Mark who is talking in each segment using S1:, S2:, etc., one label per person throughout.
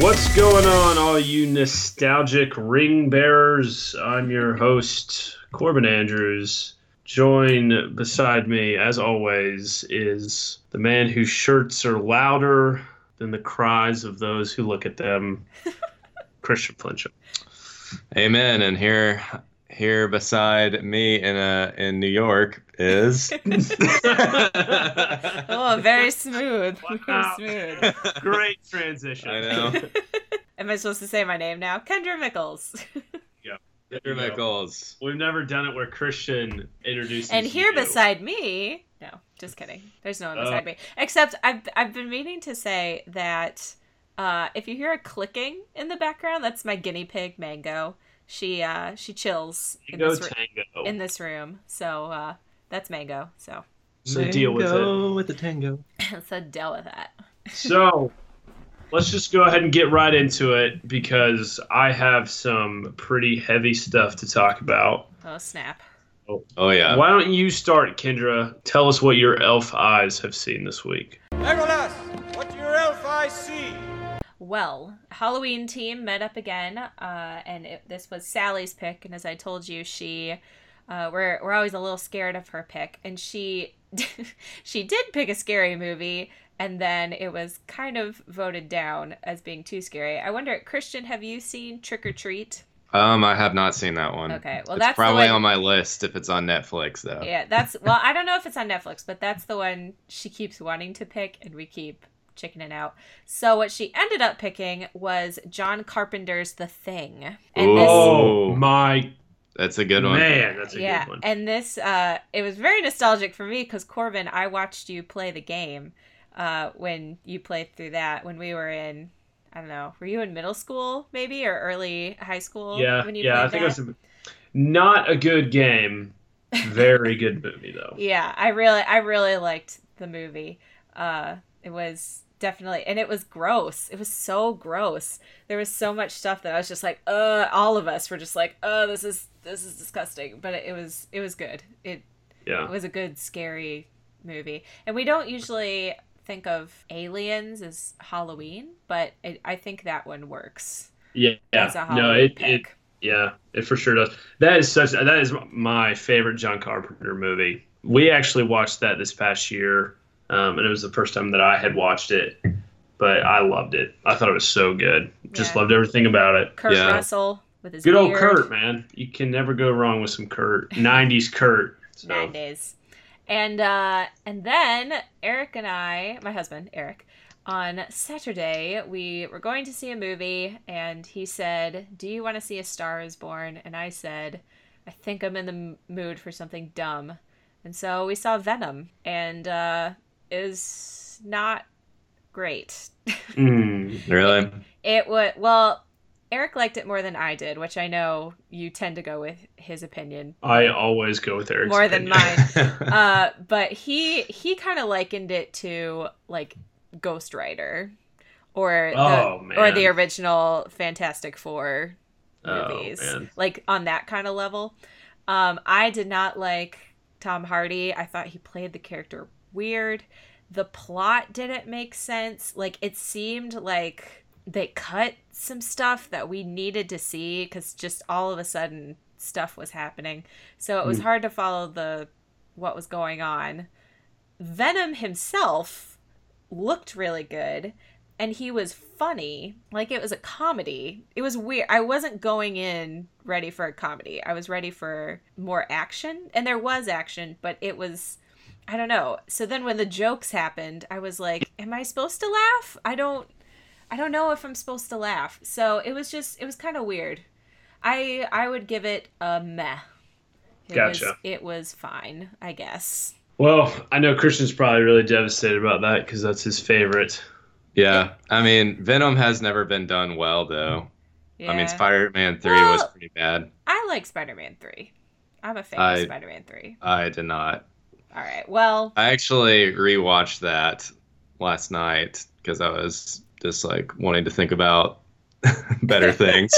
S1: What's going on, all you nostalgic ring bearers? I'm your host, Corbin Andrews. Join beside me, as always, is the man whose shirts are louder than the cries of those who look at them, Christian Flincham.
S2: Amen. And here, here beside me in a in New York is. I
S3: Oh, very smooth.
S1: Wow.
S3: Very smooth.
S1: Great transition.
S2: know.
S3: Am I supposed to say my name now? Kendra Mickles.
S1: There you
S2: Peter
S1: go.
S2: Nichols.
S1: We've never done it where Christian introduces
S3: and here
S1: you.
S3: beside me, no, just kidding. There's no one beside me. Except I've I've been meaning to say that uh, if you hear a clicking in the background, that's my guinea pig Mango. She uh, she chills in
S1: Tango
S3: this, ru-
S1: Tango.
S3: in this room. So uh, that's Mango. So
S1: so deal with it.
S2: Tango with the tango.
S3: so deal with that.
S1: So let's just go ahead and get right into it because I have some pretty heavy stuff to talk about.
S3: Oh snap.
S2: Oh yeah.
S1: Why don't you start, Kendra? Tell us what your elf eyes have seen this week.
S4: Legolas, what do your elf eyes see?
S3: Well, Halloween team met up again, uh, and it, this was Sally's pick. And as I told you, she uh, we're we're always a little scared of her pick, and she she did pick a scary movie, and then it was kind of voted down as being too scary. I wonder, Christian, have you seen Trick or Treat?
S2: Um, I have not seen that one.
S3: Okay, well
S2: Um, it's
S3: that's
S2: probably
S3: the one,
S2: on my list if it's on Netflix though.
S3: yeah, that's well, I don't know if it's on Netflix, but that's the one she keeps wanting to pick, and we keep chickening out. So what she ended up picking was John Carpenter's The Thing, and this.
S1: Oh my
S2: That's a good one.
S1: man, that's a
S3: yeah,
S1: good one.
S3: and this uh, it was very nostalgic for me because Corbin, I watched you play the game uh, when you played through that when we were in. I don't know. Were you in middle school, maybe, or early high school?
S1: Yeah,
S3: When you
S1: yeah, I
S3: played
S1: think
S3: that?
S1: that's a, not a good game. Very good movie though.
S3: Yeah, I really, I really liked the movie. Uh, it was definitely, and it was gross. It was so gross. There was so much stuff that I was just like, uh, all of us were just like, oh, this is this is disgusting. But it was, it was good. It
S1: Yeah.
S3: It was a good scary movie. And we don't usually think of aliens as Halloween, but it, I think that one works.
S1: Yeah.
S3: As a
S1: yeah.
S3: Halloween
S1: No, it, it
S3: pick.
S1: Yeah, it for sure does. That is such. That is my favorite John Carpenter movie. We actually watched that this past year, um, and it was the first time that I had watched it. But I loved it. I thought it was so good. Just
S3: Yeah.
S1: loved everything about it.
S3: Kurt
S2: Yeah.
S3: Russell with his
S1: Good old
S3: beard.
S1: Kurt, man. You can never go wrong with some Kurt. '90s Kurt. So.
S3: Nine days. And uh, and then Eric and I, my husband Eric, on Saturday we were going to see a movie, and he said, "Do you want to see A Star Is Born?" And I said, "I think I'm in the m- mood for something dumb." And so we saw Venom, and uh, it was not great.
S1: Mm.
S2: Really?
S3: It was well. Eric liked it more than I did, which I know you tend to go with his opinion
S1: I always go with Eric's
S3: more than
S1: opinion.
S3: mine. Uh, but he he kind of likened it to like Ghost Rider, or
S1: Oh
S3: the,
S1: man.
S3: or the original Fantastic Four
S1: Oh,
S3: movies,
S1: man.
S3: like on that kind of level. Um, I did not like Tom Hardy. I thought he played the character weird. The plot didn't make sense. Like it seemed like they cut some stuff that we needed to see because just all of a sudden stuff was happening. So it was
S1: Mm.
S3: hard to follow the what was going on. Venom himself looked really good and he was funny. Like it was a comedy. It was weird. I wasn't going in ready for a comedy. I was ready for more action, and there was action, but it was I don't know. So then when the jokes happened, I was like, am I supposed to laugh? I don't I don't know if I'm supposed to laugh. So it was just it was kind of weird. I I would give it a meh. It Was,
S1: Gotcha.
S3: it was fine, I guess.
S1: Well, I know Christian's probably really devastated about that because that's his favorite.
S2: yeah. I mean, Venom has never been done well though. I
S3: Yeah.
S2: mean, Spider-Man Three was
S3: Well-
S2: pretty bad.
S3: I like Spider-Man 3. I'm a fan of
S2: I-
S3: Spider-Man 3.
S2: I did not.
S3: All right. Well,
S2: I actually rewatched that last night because I was just like wanting to think about better things.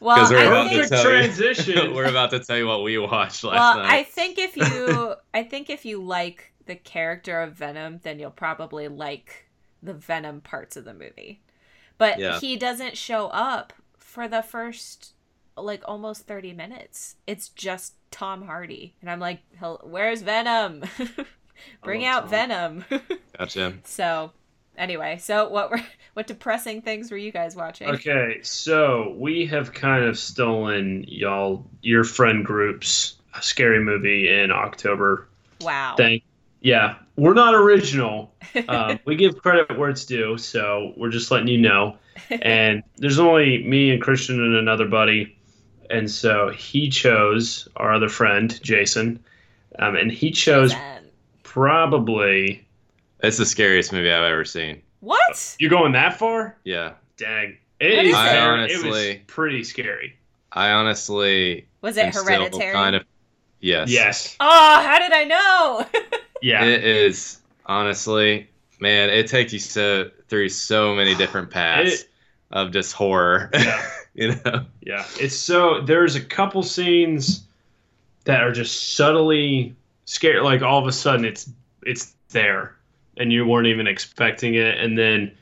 S3: Well,
S2: because
S3: I
S2: we're, about to
S3: think-
S2: tell you-
S1: transition.
S2: we're about to tell you what we watched
S3: well,
S2: last
S3: I
S2: night.
S3: think if you I think if you like the character of Venom, then you'll probably like the Venom parts of the movie. But
S2: Yeah.
S3: he doesn't show up for the first like almost 30 minutes. It's just Tom Hardy. And I'm like, "Hel- where's Venom? Bring
S1: love
S3: out
S1: Tom.
S3: Venom.
S2: Gotcha.
S3: so, anyway, so what were what depressing things were you guys watching?
S1: Okay, so we have kind of stolen y'all your friend group's scary movie in October
S3: Wow.
S1: thing. Yeah, we're not original. Um, we give credit where it's due, so we're just letting you know. And there's only me and Christian and another buddy, and so he chose our other friend Jason, um, and he chose
S3: Then.
S1: probably.
S2: It's the scariest movie I've ever seen. Uh,
S3: What?
S1: You're going that far?
S2: Yeah.
S1: Dang.
S3: What
S1: It,
S3: is
S1: is
S3: that?
S1: scary.
S2: I
S1: it was
S2: honestly-
S1: pretty scary.
S2: I honestly
S3: Was
S2: am
S3: it
S2: still
S3: hereditary?
S2: kind of yes.
S1: Yes.
S3: Oh, how did I know?
S1: Yeah.
S2: It is honestly, man, it takes you so through so many different paths
S1: It-
S2: of just horror.
S1: yeah.
S2: you know?
S1: Yeah, it's so there's a couple scenes that are just subtly scary. Like all of a sudden, it's it's there, and you weren't even expecting it. And then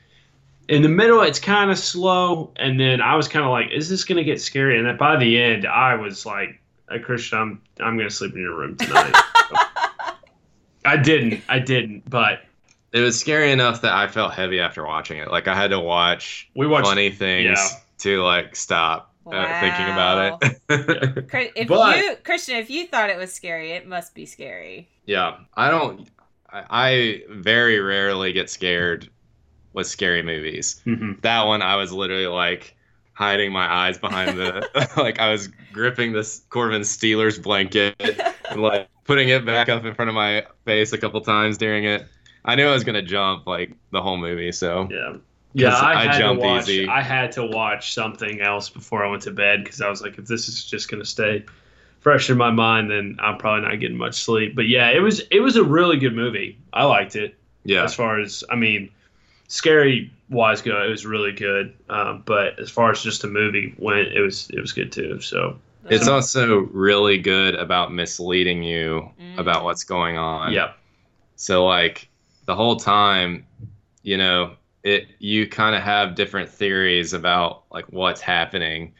S1: in the middle, it's kind of slow. And then I was kind of like, "Is this gonna get scary?" And then by the end, I was like, "Hey, "Christian, I'm I'm gonna sleep in your room tonight." I didn't. I didn't. But
S2: It was scary enough that I felt heavy after watching it. Like I had to watch
S1: we watched.
S2: funny things
S1: yeah.
S2: to like stop uh, thinking
S3: Wow.
S2: about it.
S3: Chris, if
S1: But-
S3: you Christian, if you thought it was scary, it must be scary.
S2: Yeah, I don't. I, I very rarely get scared with scary movies.
S1: Mhm.
S2: That one, I was literally like hiding my eyes behind the, like I was gripping this Corbin Steelers blanket and like putting it back up in front of my face a couple times during it. I knew I was gonna jump like the whole movie, so
S1: Yeah. Yeah, I,
S2: I
S1: had
S2: jump
S1: to watch,
S2: easy.
S1: I had to watch something else before I went to bed because I was like, if this is just gonna stay fresh in my mind, then I'm probably not getting much sleep. But yeah, it was it was a really good movie. I liked it
S2: yeah,
S1: as far as I mean, scary wise go, it was really good. Um, but as far as just a movie went, it was it was good too. So
S2: it's
S3: Ugh.
S2: also really good about misleading you
S3: Mm.
S2: about what's going on.
S1: yeah,
S2: So like the whole time, you know, it you kind of have different theories about like what's happening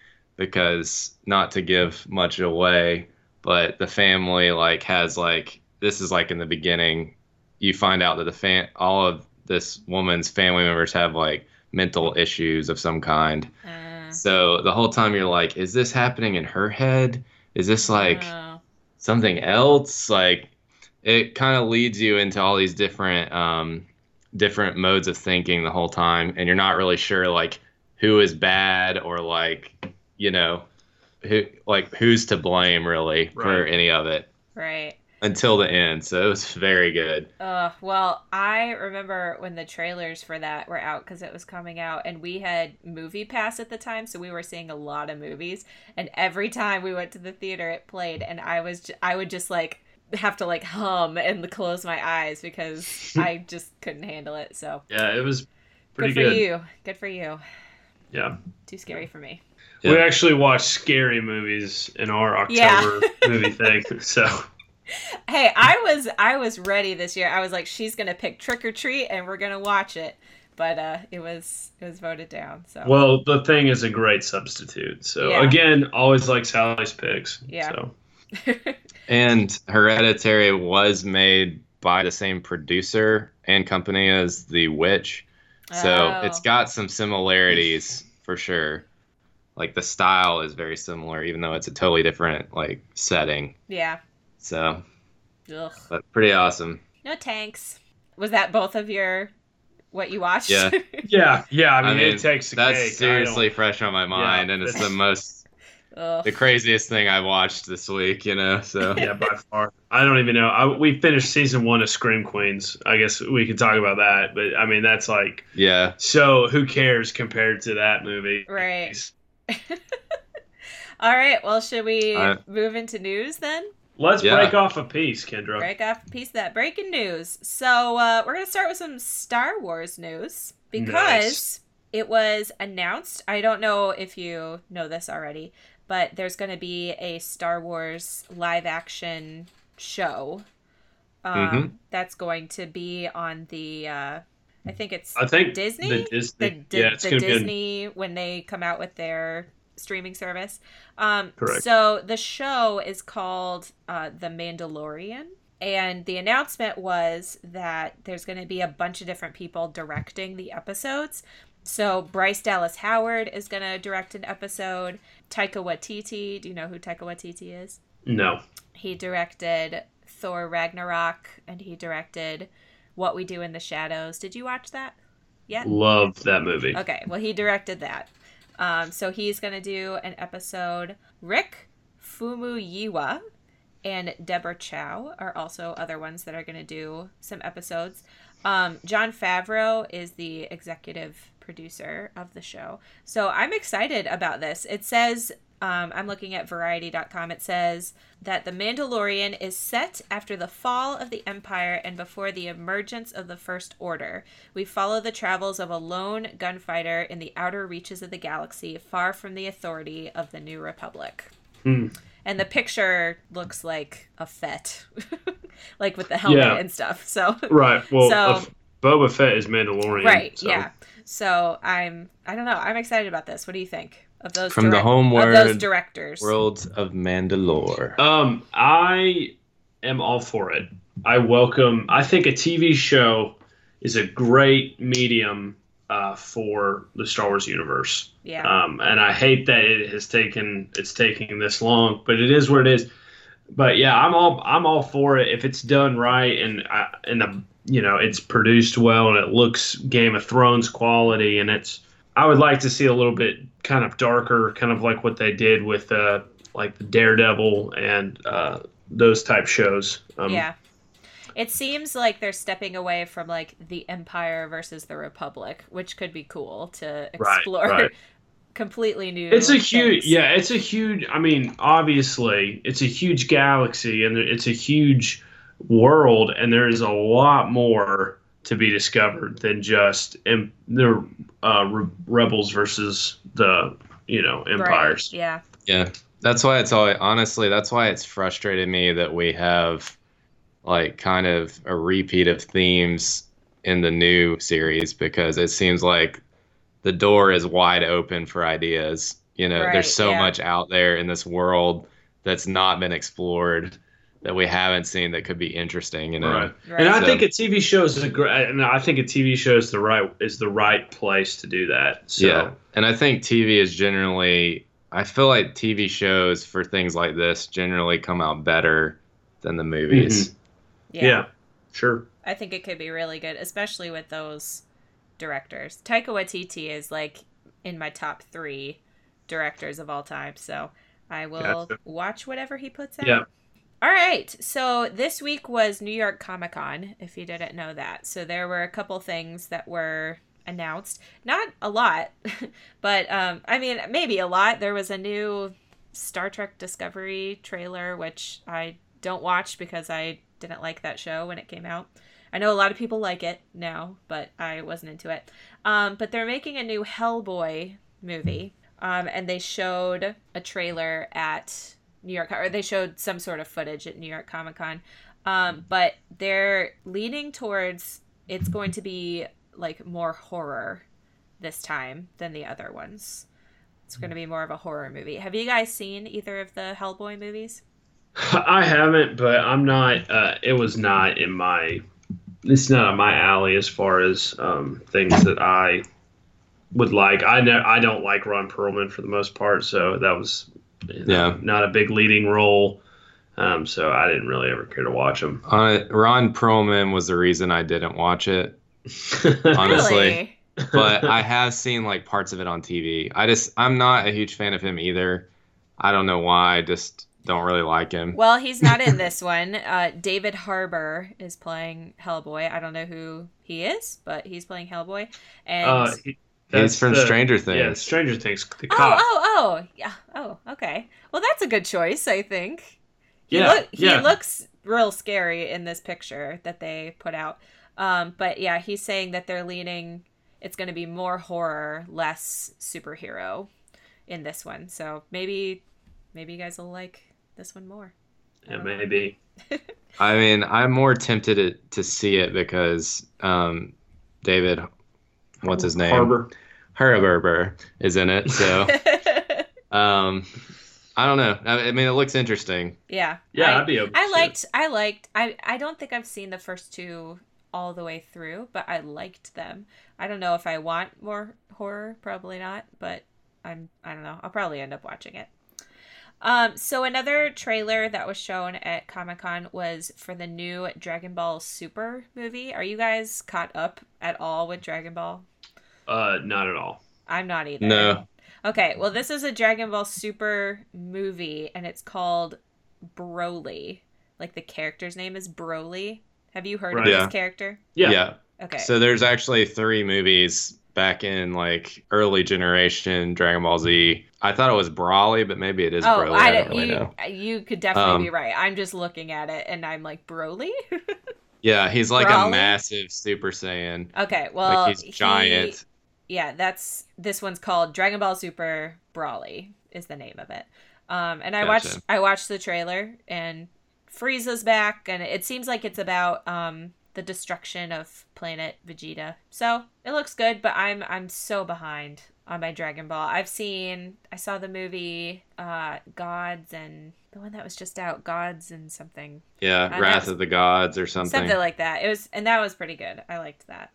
S2: because not to give much away, but the family like has like this is like in the beginning, you find out that the fan all of this woman's family members have like mental issues of some kind.
S3: Uh,
S2: So the whole time you're like, is this happening in her head? Is this like
S3: oh.
S2: something else like it kind of leads you into all these different um different modes of thinking the whole time and you're not really sure like who is bad or like you know who like who's to blame really for
S1: Right.
S2: any of it
S3: right.
S2: until the end so it was very good
S3: Uh, well, I remember when the trailers for that were out because it was coming out, and we had Movie Pass at the time, so we were seeing a lot of movies. And every time we went to the theater, it played, and I was j- I would just like have to like hum and close my eyes because I just couldn't handle it. So
S1: yeah, it was pretty
S3: good
S1: good.
S3: for you. Good for you.
S1: Yeah.
S3: Too scary for me.
S1: we
S2: Yeah.
S1: actually watched scary movies in our
S3: Yeah.
S1: October movie thing. So
S3: Hey, I was I was ready this year. I was like, she's gonna pick Trick or Treat, and we're gonna watch it. But uh, it was it was voted down. So
S1: well, the thing is a great substitute. So
S3: Yeah.
S1: again, always like Sally's picks.
S3: Yeah.
S1: So.
S2: and hereditary was made by the same producer and company as the witch So
S3: Oh.
S2: it's got some similarities for sure. Like the style is very similar, even though it's a totally different like setting.
S3: yeah.
S2: So
S3: Ugh.
S2: but pretty awesome.
S3: No tanks. Was that both of your what you watched?
S2: Yeah.
S1: Yeah, yeah. I mean,
S2: I mean,
S1: it takes the
S2: That's
S1: cake. I
S2: seriously fresh on my mind, and it's the
S1: that's-
S2: most
S3: Ugh.
S2: the craziest thing I watched this week. You know, so
S1: don't- yeah, by far. I don't even know. I, we finished season one of Scream Queens. I guess we could talk about that. But I mean, that's like
S2: yeah,
S1: so. Who cares compared to that movie?
S3: Right. All right. Well, should we
S2: All right.
S3: move into news then?
S1: Let's
S2: Yeah.
S1: break off a piece, Kendra.
S3: Break off a piece of that breaking news. So uh, we're gonna start with some Star Wars news because
S1: Nice.
S3: it was announced. I don't know if you know this already, but there's gonna be a Star Wars live action
S2: Mm-hmm.
S3: show um, that's going to be on the uh, I think it's
S1: I think
S3: Disney?
S1: The Disney.
S3: the, Di-
S1: yeah, it's
S3: the
S1: gonna be.
S3: Disney when they come out with their streaming service. Um,
S1: Correct.
S3: So the show is called uh, The Mandalorian, and the announcement was that there's going to be a bunch of different people directing the episodes. So Bryce Dallas Howard is going to direct an episode. Taika Waititi, do you know who Taika Waititi is?
S1: On, no.
S3: He directed Thor Ragnarok, and he directed What We Do in the Shadows. Did you watch that? Yet?
S1: Love that movie.
S3: Okay, well, he directed that. Um, so he's going to do an episode. Rick Fumuyiwa and Deborah Chow are also other ones that are going to do some episodes. Um, John Favreau is the executive producer of the show. So I'm excited about this. It says. Um, I'm looking at variety.com. It says that The Mandalorian is set after the fall of the Empire and before the emergence of the First Order. We follow the travels of a lone gunfighter in the outer reaches of the galaxy, far from the authority of the New Republic.
S1: Hmm.
S3: And the picture looks like a fete, like with the helmet
S1: Yeah.
S3: and stuff. So
S1: Right. Well,
S3: So-
S1: uh, Boba Fett is Mandalorian.
S3: right,
S1: so-
S3: yeah. So I'm, I don't know, I'm excited about this. What do you think of those
S2: From the
S3: direct-
S2: homeward
S3: of those directors?
S2: Worlds of Mandalore.
S1: Um, I am all for it. I welcome. I think a TV show is a great medium uh, for the Star Wars universe.
S3: Yeah,
S1: Um, and I hate that it has taken it's taking this long, but it is what it is. But yeah, I'm all I'm all for it if it's done right and I, and the you know it's produced well and it looks Game of Thrones quality and it's I would like to see a little bit kind of darker, kind of like what they did with uh, like the Daredevil and uh, those type shows. Um,
S3: yeah. It seems like they're stepping away from like the Empire versus the Republic, which could be cool to
S1: Right,
S3: explore
S1: right.
S3: completely new.
S1: it's a huge
S3: things.
S1: yeah it's a huge i mean obviously it's a huge galaxy and it's a huge world and there is a lot more to be discovered than just em- the uh, re- rebels versus the you know
S3: Right,
S1: empires
S3: Yeah,
S2: Yeah, that's why it's all honestly. That's why it's frustrated me that we have like kind of a repeat of themes in the new series because it seems like the door is wide open for ideas. You know,
S3: Right,
S2: there's so
S3: yeah.
S2: much out there in this world that's not been explored that we haven't seen that could be interesting. You know,
S1: Right.
S3: right.
S1: and I
S2: So-
S1: think a TV show is a great, and I think a TV show is the right is the right place to do that. So,
S2: Yeah, and I think TV is generally. I feel like TV shows for things like this generally come out better than the movies.
S1: Mm-hmm. yeah, sure.
S3: I think it could be really good, especially with those directors. Taika Waititi is like in my top three directors of all time, so I will
S1: Gotcha.
S3: watch whatever he puts out.
S1: Yeah.
S3: All right, so this week was New York Comic Con, if you didn't know that. So there were a couple things that were announced. Not a lot, but um, I mean, maybe a lot. There was a new Star Trek Discovery trailer, which I don't watch because I didn't like that show when it came out. I know a lot of people like it now, but I wasn't into it. Um, but they're making a new Hellboy movie, um, and they showed a trailer at New York, or they showed some sort of footage at New York Comic Con. Um, but they're leaning towards it's going to be like more horror this time than the other ones. It's going to be more of a horror movie. Have you guys seen either of the Hellboy movies?
S1: I haven't, but I'm not. Uh, it was not in my. It's not on my alley as far as um, things that I would like. I know I don't like Ron Perlman for the most part, so that was you know,
S2: Yeah.
S1: not a big leading role. Um, so I didn't really ever care to watch him.
S2: Hon- Uh, Ron Perlman was the reason I didn't watch it, honestly.
S3: Really?
S2: but I have seen like parts of it on TV. I just I'm not a huge fan of him either. I don't know why. I just don't really like him.
S3: Well, he's not in this one. Uh, David Harbour is playing Hellboy. I don't know who he is, but he's playing Hellboy. And
S1: uh, he- that's
S2: He's from
S1: the-
S2: Stranger
S1: Yeah,
S2: Things.
S1: Stranger Things. The
S3: oh,
S1: cop.
S3: oh, oh, yeah, oh, okay. Well, that's a good choice, I think. He
S1: Yeah,
S3: look, he
S1: yeah.
S3: looks real scary in this picture that they put out. Um, but yeah, he's saying that they're leaning. It's going to be more horror, less superhero, in this one. So maybe, maybe you guys will like this one more.
S1: Yeah, maybe.
S2: I mean, I'm more tempted to, to see it because um, David, what's his name?
S1: Harbor.
S2: Herberber is in it. So um, I don't know. I I mean, it looks interesting.
S3: yeah.
S1: Yeah,
S3: I-
S1: I'd be open.
S3: I
S1: to it.
S3: liked I liked I I don't think I've seen the first two all the way through, but I liked them. I don't know if I want more horror, probably not, but I'm I don't know. I'll probably end up watching it. Um so another trailer that was shown at Comic-Con was for the new Dragon Ball Super movie. Are you guys caught up at all with Dragon Ball?
S1: Uh, not at all.
S3: I'm not either.
S2: No.
S3: Okay, well, this is a Dragon Ball Super movie, and it's called Broly. Like the character's name is Broly. Have you heard
S1: Right.
S3: of
S2: Yeah.
S3: this character?
S1: Yeah.
S3: Okay.
S2: So there's actually three movies back in like early generation Dragon Ball Z. I thought it was Brawly, but maybe it is
S3: oh,
S2: Broly.
S3: I,
S2: I don't
S3: you
S2: really know.
S3: you could definitely
S2: Um,
S3: be right. I'm just looking at it, and I'm like Broly.
S2: Yeah, he's like
S3: Brawly?
S2: a massive Super Saiyan.
S3: okay, well,
S2: Like he's
S3: he-
S2: giant.
S3: yeah, that's this one's called Dragon Ball Super Brawly is the name of it. Um, and I
S2: Gotcha.
S3: watched I watched the trailer and Frieza's back, and it seems like it's about um the destruction of planet Vegeta. So it looks good, but I'm I'm so behind on my Dragon Ball. I've seen I saw the movie uh Gods and the one that was just out Gods and something
S2: Yeah,
S3: I
S2: Wrath
S3: know.
S2: of the Gods or something.
S3: something, like that. It was and that was pretty good. I liked that.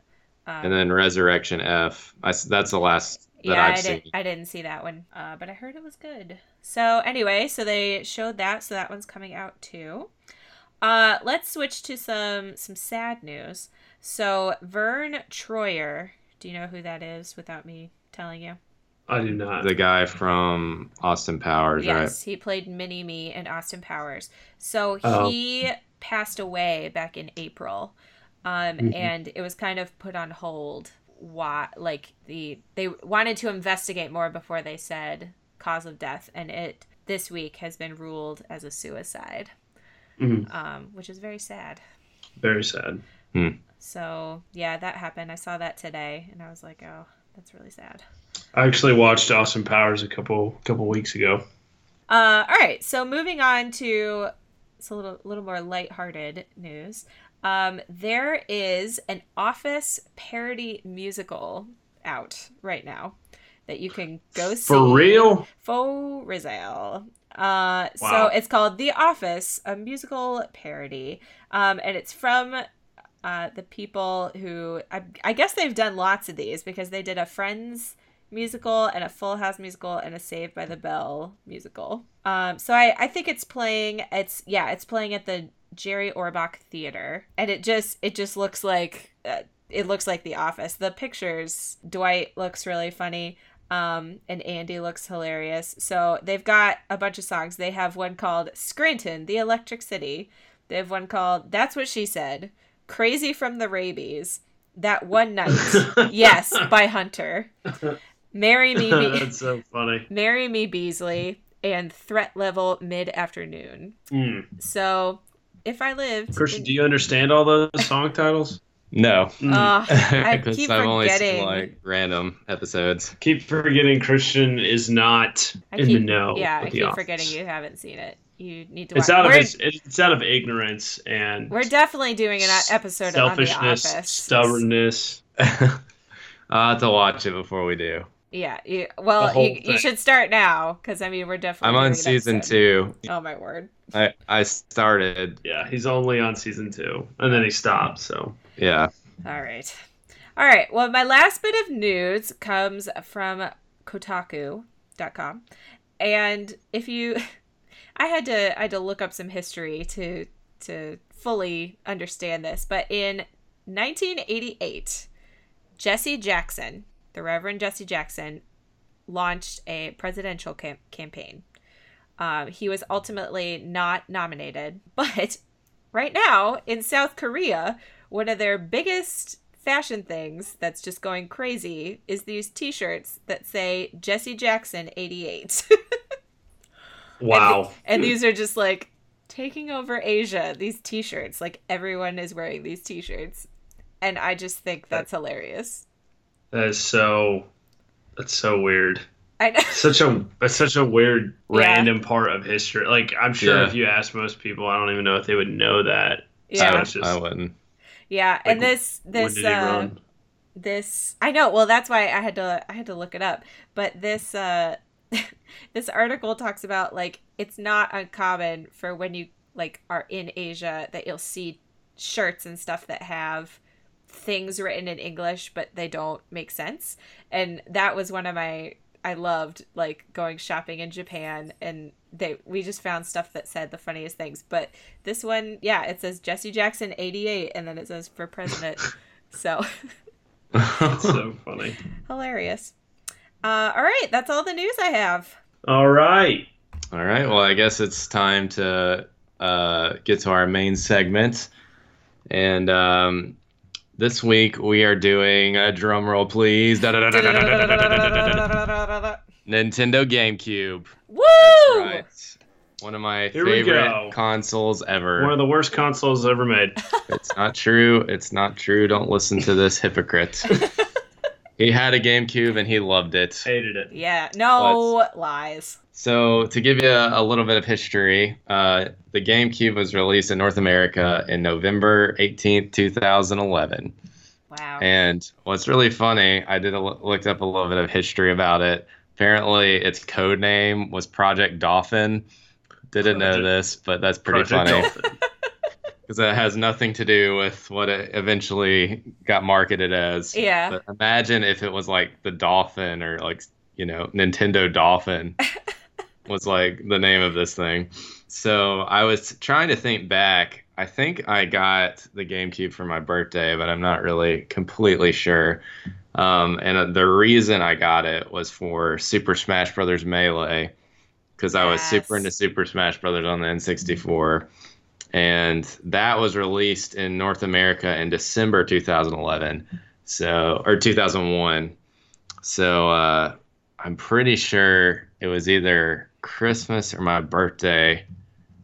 S3: Um,
S2: and then Resurrection F. I s that's the last that
S3: yeah,
S2: I've
S3: I
S2: seen.
S3: didn't, I didn't see that one, uh, but I heard it was good. So anyway, so they showed that, so that one's coming out too. Uh, let's switch to some some sad news. So Vern Troyer, do you know who that is without me telling you?
S1: I do not.
S2: The guy from Austin Powers,
S3: Yes, he played Mini Me in Austin Powers. So
S1: Oh.
S3: he passed away back in April, um,
S1: Mhm.
S3: and it was kind of put on hold. Why? Like the they wanted to investigate more before they said cause of death, and it this week has been ruled as a suicide,
S1: Mhm.
S3: um, which is very sad.
S1: Very sad.
S3: So yeah, that happened. I saw that today, and I was like, oh, that's really sad.
S1: I actually watched Austin Powers a couple couple weeks ago.
S3: Uh, all right, so moving on to it's a little little more lighthearted news. Um, there is an Office parody musical out right now that you can go see
S1: For real?
S3: Faux Rizal. Uh, so
S1: Wow.
S3: it's called The Office, a musical parody, um, and it's from uh, the people who I, I guess they've done lots of these because they did a Friends musical and a Full House musical and a Saved by the Bell musical. Um, so I, I think it's playing. It's yeah, it's playing at the Jerry Orbach Theater, and it just it just looks like uh, it looks like The Office. The pictures. Dwight looks really funny. Um, and Andy looks hilarious. So they've got a bunch of songs. They have one called Scranton, the Electric City. They have one called That's What She Said, Crazy from the Rabies, That One Night, Yes, by Hunter, Marry Me, Be-
S1: That's so funny.
S3: Marry Me Beasley, and Threat Level Mid Afternoon.
S1: Mm.
S3: So if I lived.
S1: Christian,
S3: in-
S1: do you understand all those song titles?
S2: No.
S1: Mm.
S3: Ugh, I
S2: Because
S3: keep
S2: I've only
S3: forgetting.
S2: seen like random episodes.
S1: keep forgetting Christian is not
S3: I
S1: in the
S3: keep-
S1: know. Oh,
S3: yeah,
S1: with
S3: I
S1: The
S3: keep
S1: Office.
S3: forgetting you haven't seen it. You need to watch
S1: It's out of
S3: We're-
S1: his, it's out of ignorance and
S3: We're definitely doing an e-, episode on The
S1: selfishness,
S3: Office.
S1: stubbornness.
S2: I'll have to watch it before we do.
S3: Yeah. You,
S1: The
S3: well,
S1: whole
S3: you, you
S1: thing.
S3: should start now because I mean we're definitely.
S2: I'm on
S3: doing an
S2: season
S3: episode.
S2: two.
S3: Oh my word.
S2: I, I started.
S1: Yeah, he's only on season two, and then he stopped. So
S2: Yeah.
S3: All right. All right. Well, my last bit of news comes from Kotaku.com, and if you, I had to I had to look up some history to to fully understand this, but in 1988, Jesse Jackson, the Reverend Jesse Jackson, launched a presidential cam- campaign. Um, he was ultimately not nominated, but right now in South Korea, one of their biggest fashion things that's just going crazy is these T-shirts that say Jesse Jackson '88.
S1: wow,
S3: And these are just like taking over Asia, these t shirts. Like everyone is wearing these t shirts. And I just think that's hilarious.
S1: that is so that's so weird.
S3: I know.
S1: Such a that's such a weird
S3: Yeah.
S1: random part of history. Like I'm sure
S2: Yeah.
S1: if you asked most people, I don't even know if they would know that.
S2: I,
S3: Yeah.
S1: it's just-
S2: I wouldn't.
S3: Yeah. And
S1: Like,
S3: this,
S1: when
S3: this,
S1: did he
S3: uh,
S1: run?
S3: this I know, well that's why I had to I had to look it up. But this uh this article talks about like it's not uncommon for when you like are in Asia that you'll see shirts and stuff that have things written in English but they don't make sense. And that was one of my I loved like going shopping in Japan and they we just found stuff that said the funniest things. But this one, yeah, it says Jesse Jackson 88 and then it says for president. so uh,
S1: so funny.
S3: hilarious. Uh, all right, that's all the news I have.
S1: All right.
S2: All right. Well, I guess it's time to uh, get to our main segment. And um, this week we are doing a drum roll, please. Nintendo GameCube.
S3: Woo!
S2: Right. One of my
S1: Here we go.
S2: favorite consoles ever.
S1: One of the worst consoles ever made.
S2: It's not true. It's not true. Don't listen to this hypocrite. he had a GameCube and he loved it.
S1: Hated it.
S3: Yeah, no lies.
S2: So, to give you a, a little bit of history, uh, the GameCube was released in North America in November 18th, 2011.
S3: Wow.
S2: And what's really funny, I did a, l- looked up a little bit of history about it. Apparently, its code name was Project Dolphin. Didn't know
S1: Project-
S2: this, but that's pretty
S1: Project
S2: funny
S1: Dolphin.
S2: because it has nothing to do with what it eventually got marketed as.
S3: Yeah.
S2: But imagine if it was like the Dolphin or like you know Nintendo Dolphin was like the name of this thing. So I was trying to think back. I think I got the GameCube for my birthday, but I'm not really completely sure. Um, and uh, the reason I got it was for Super Smash Brothers Melee because I was super
S3: Yes.
S2: into Super Smash Brothers on the N64 and that was released in North America in December 2011, so or 2001. So uh, I'm pretty sure it was either Christmas or my birthday,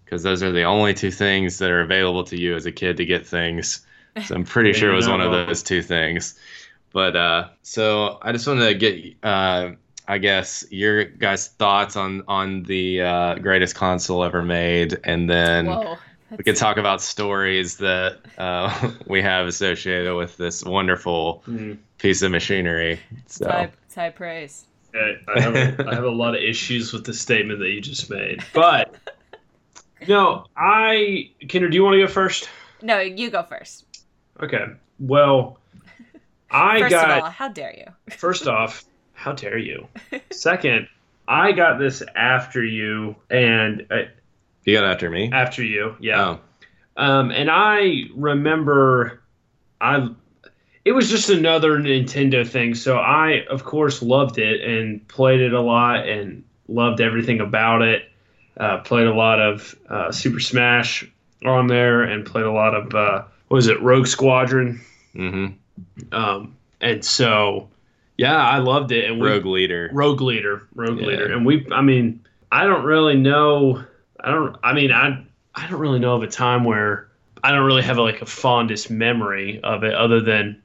S2: because those are the only two things that are available to you as a kid to get things. So I'm pretty sure it was one of those two things. But uh, so I just wanted to get, uh, I guess, your guys' thoughts on on the uh, greatest console ever made, and then
S3: Whoa.
S2: we could talk about stories that uh, we have associated with this wonderful
S1: Hmm.
S2: piece of machinery. So,
S3: High, it's high praise.
S1: Okay, I have, a, I have a lot of issues with the statement that you just made, but no, I Kinder, do you want to go first?
S3: No, you go first.
S1: Okay. Well, I
S3: first
S1: got
S3: of all, how dare you?
S1: First off, how dare you? Second, I got this after you and uh,
S2: you got after me?
S1: after you, Uh, yeah.
S2: Oh,
S1: Um, and I remember, I it was just another Nintendo thing. So I, of course, loved it and played it a lot and loved everything about it. Uh, played a lot of uh, Super Smash on there and played a lot of uh, what was it Rogue Squadron.
S2: hmm
S1: Mm-hmm. Um, and so, yeah, I loved it. And we
S2: Rogue Leader.
S1: Rogue Leader, Rogue
S2: Yeah.
S1: Leader, and we. I mean, I don't really know. I don't. I mean, I. I don't really know of a time where I don't really have like a fondest memory of it, other than,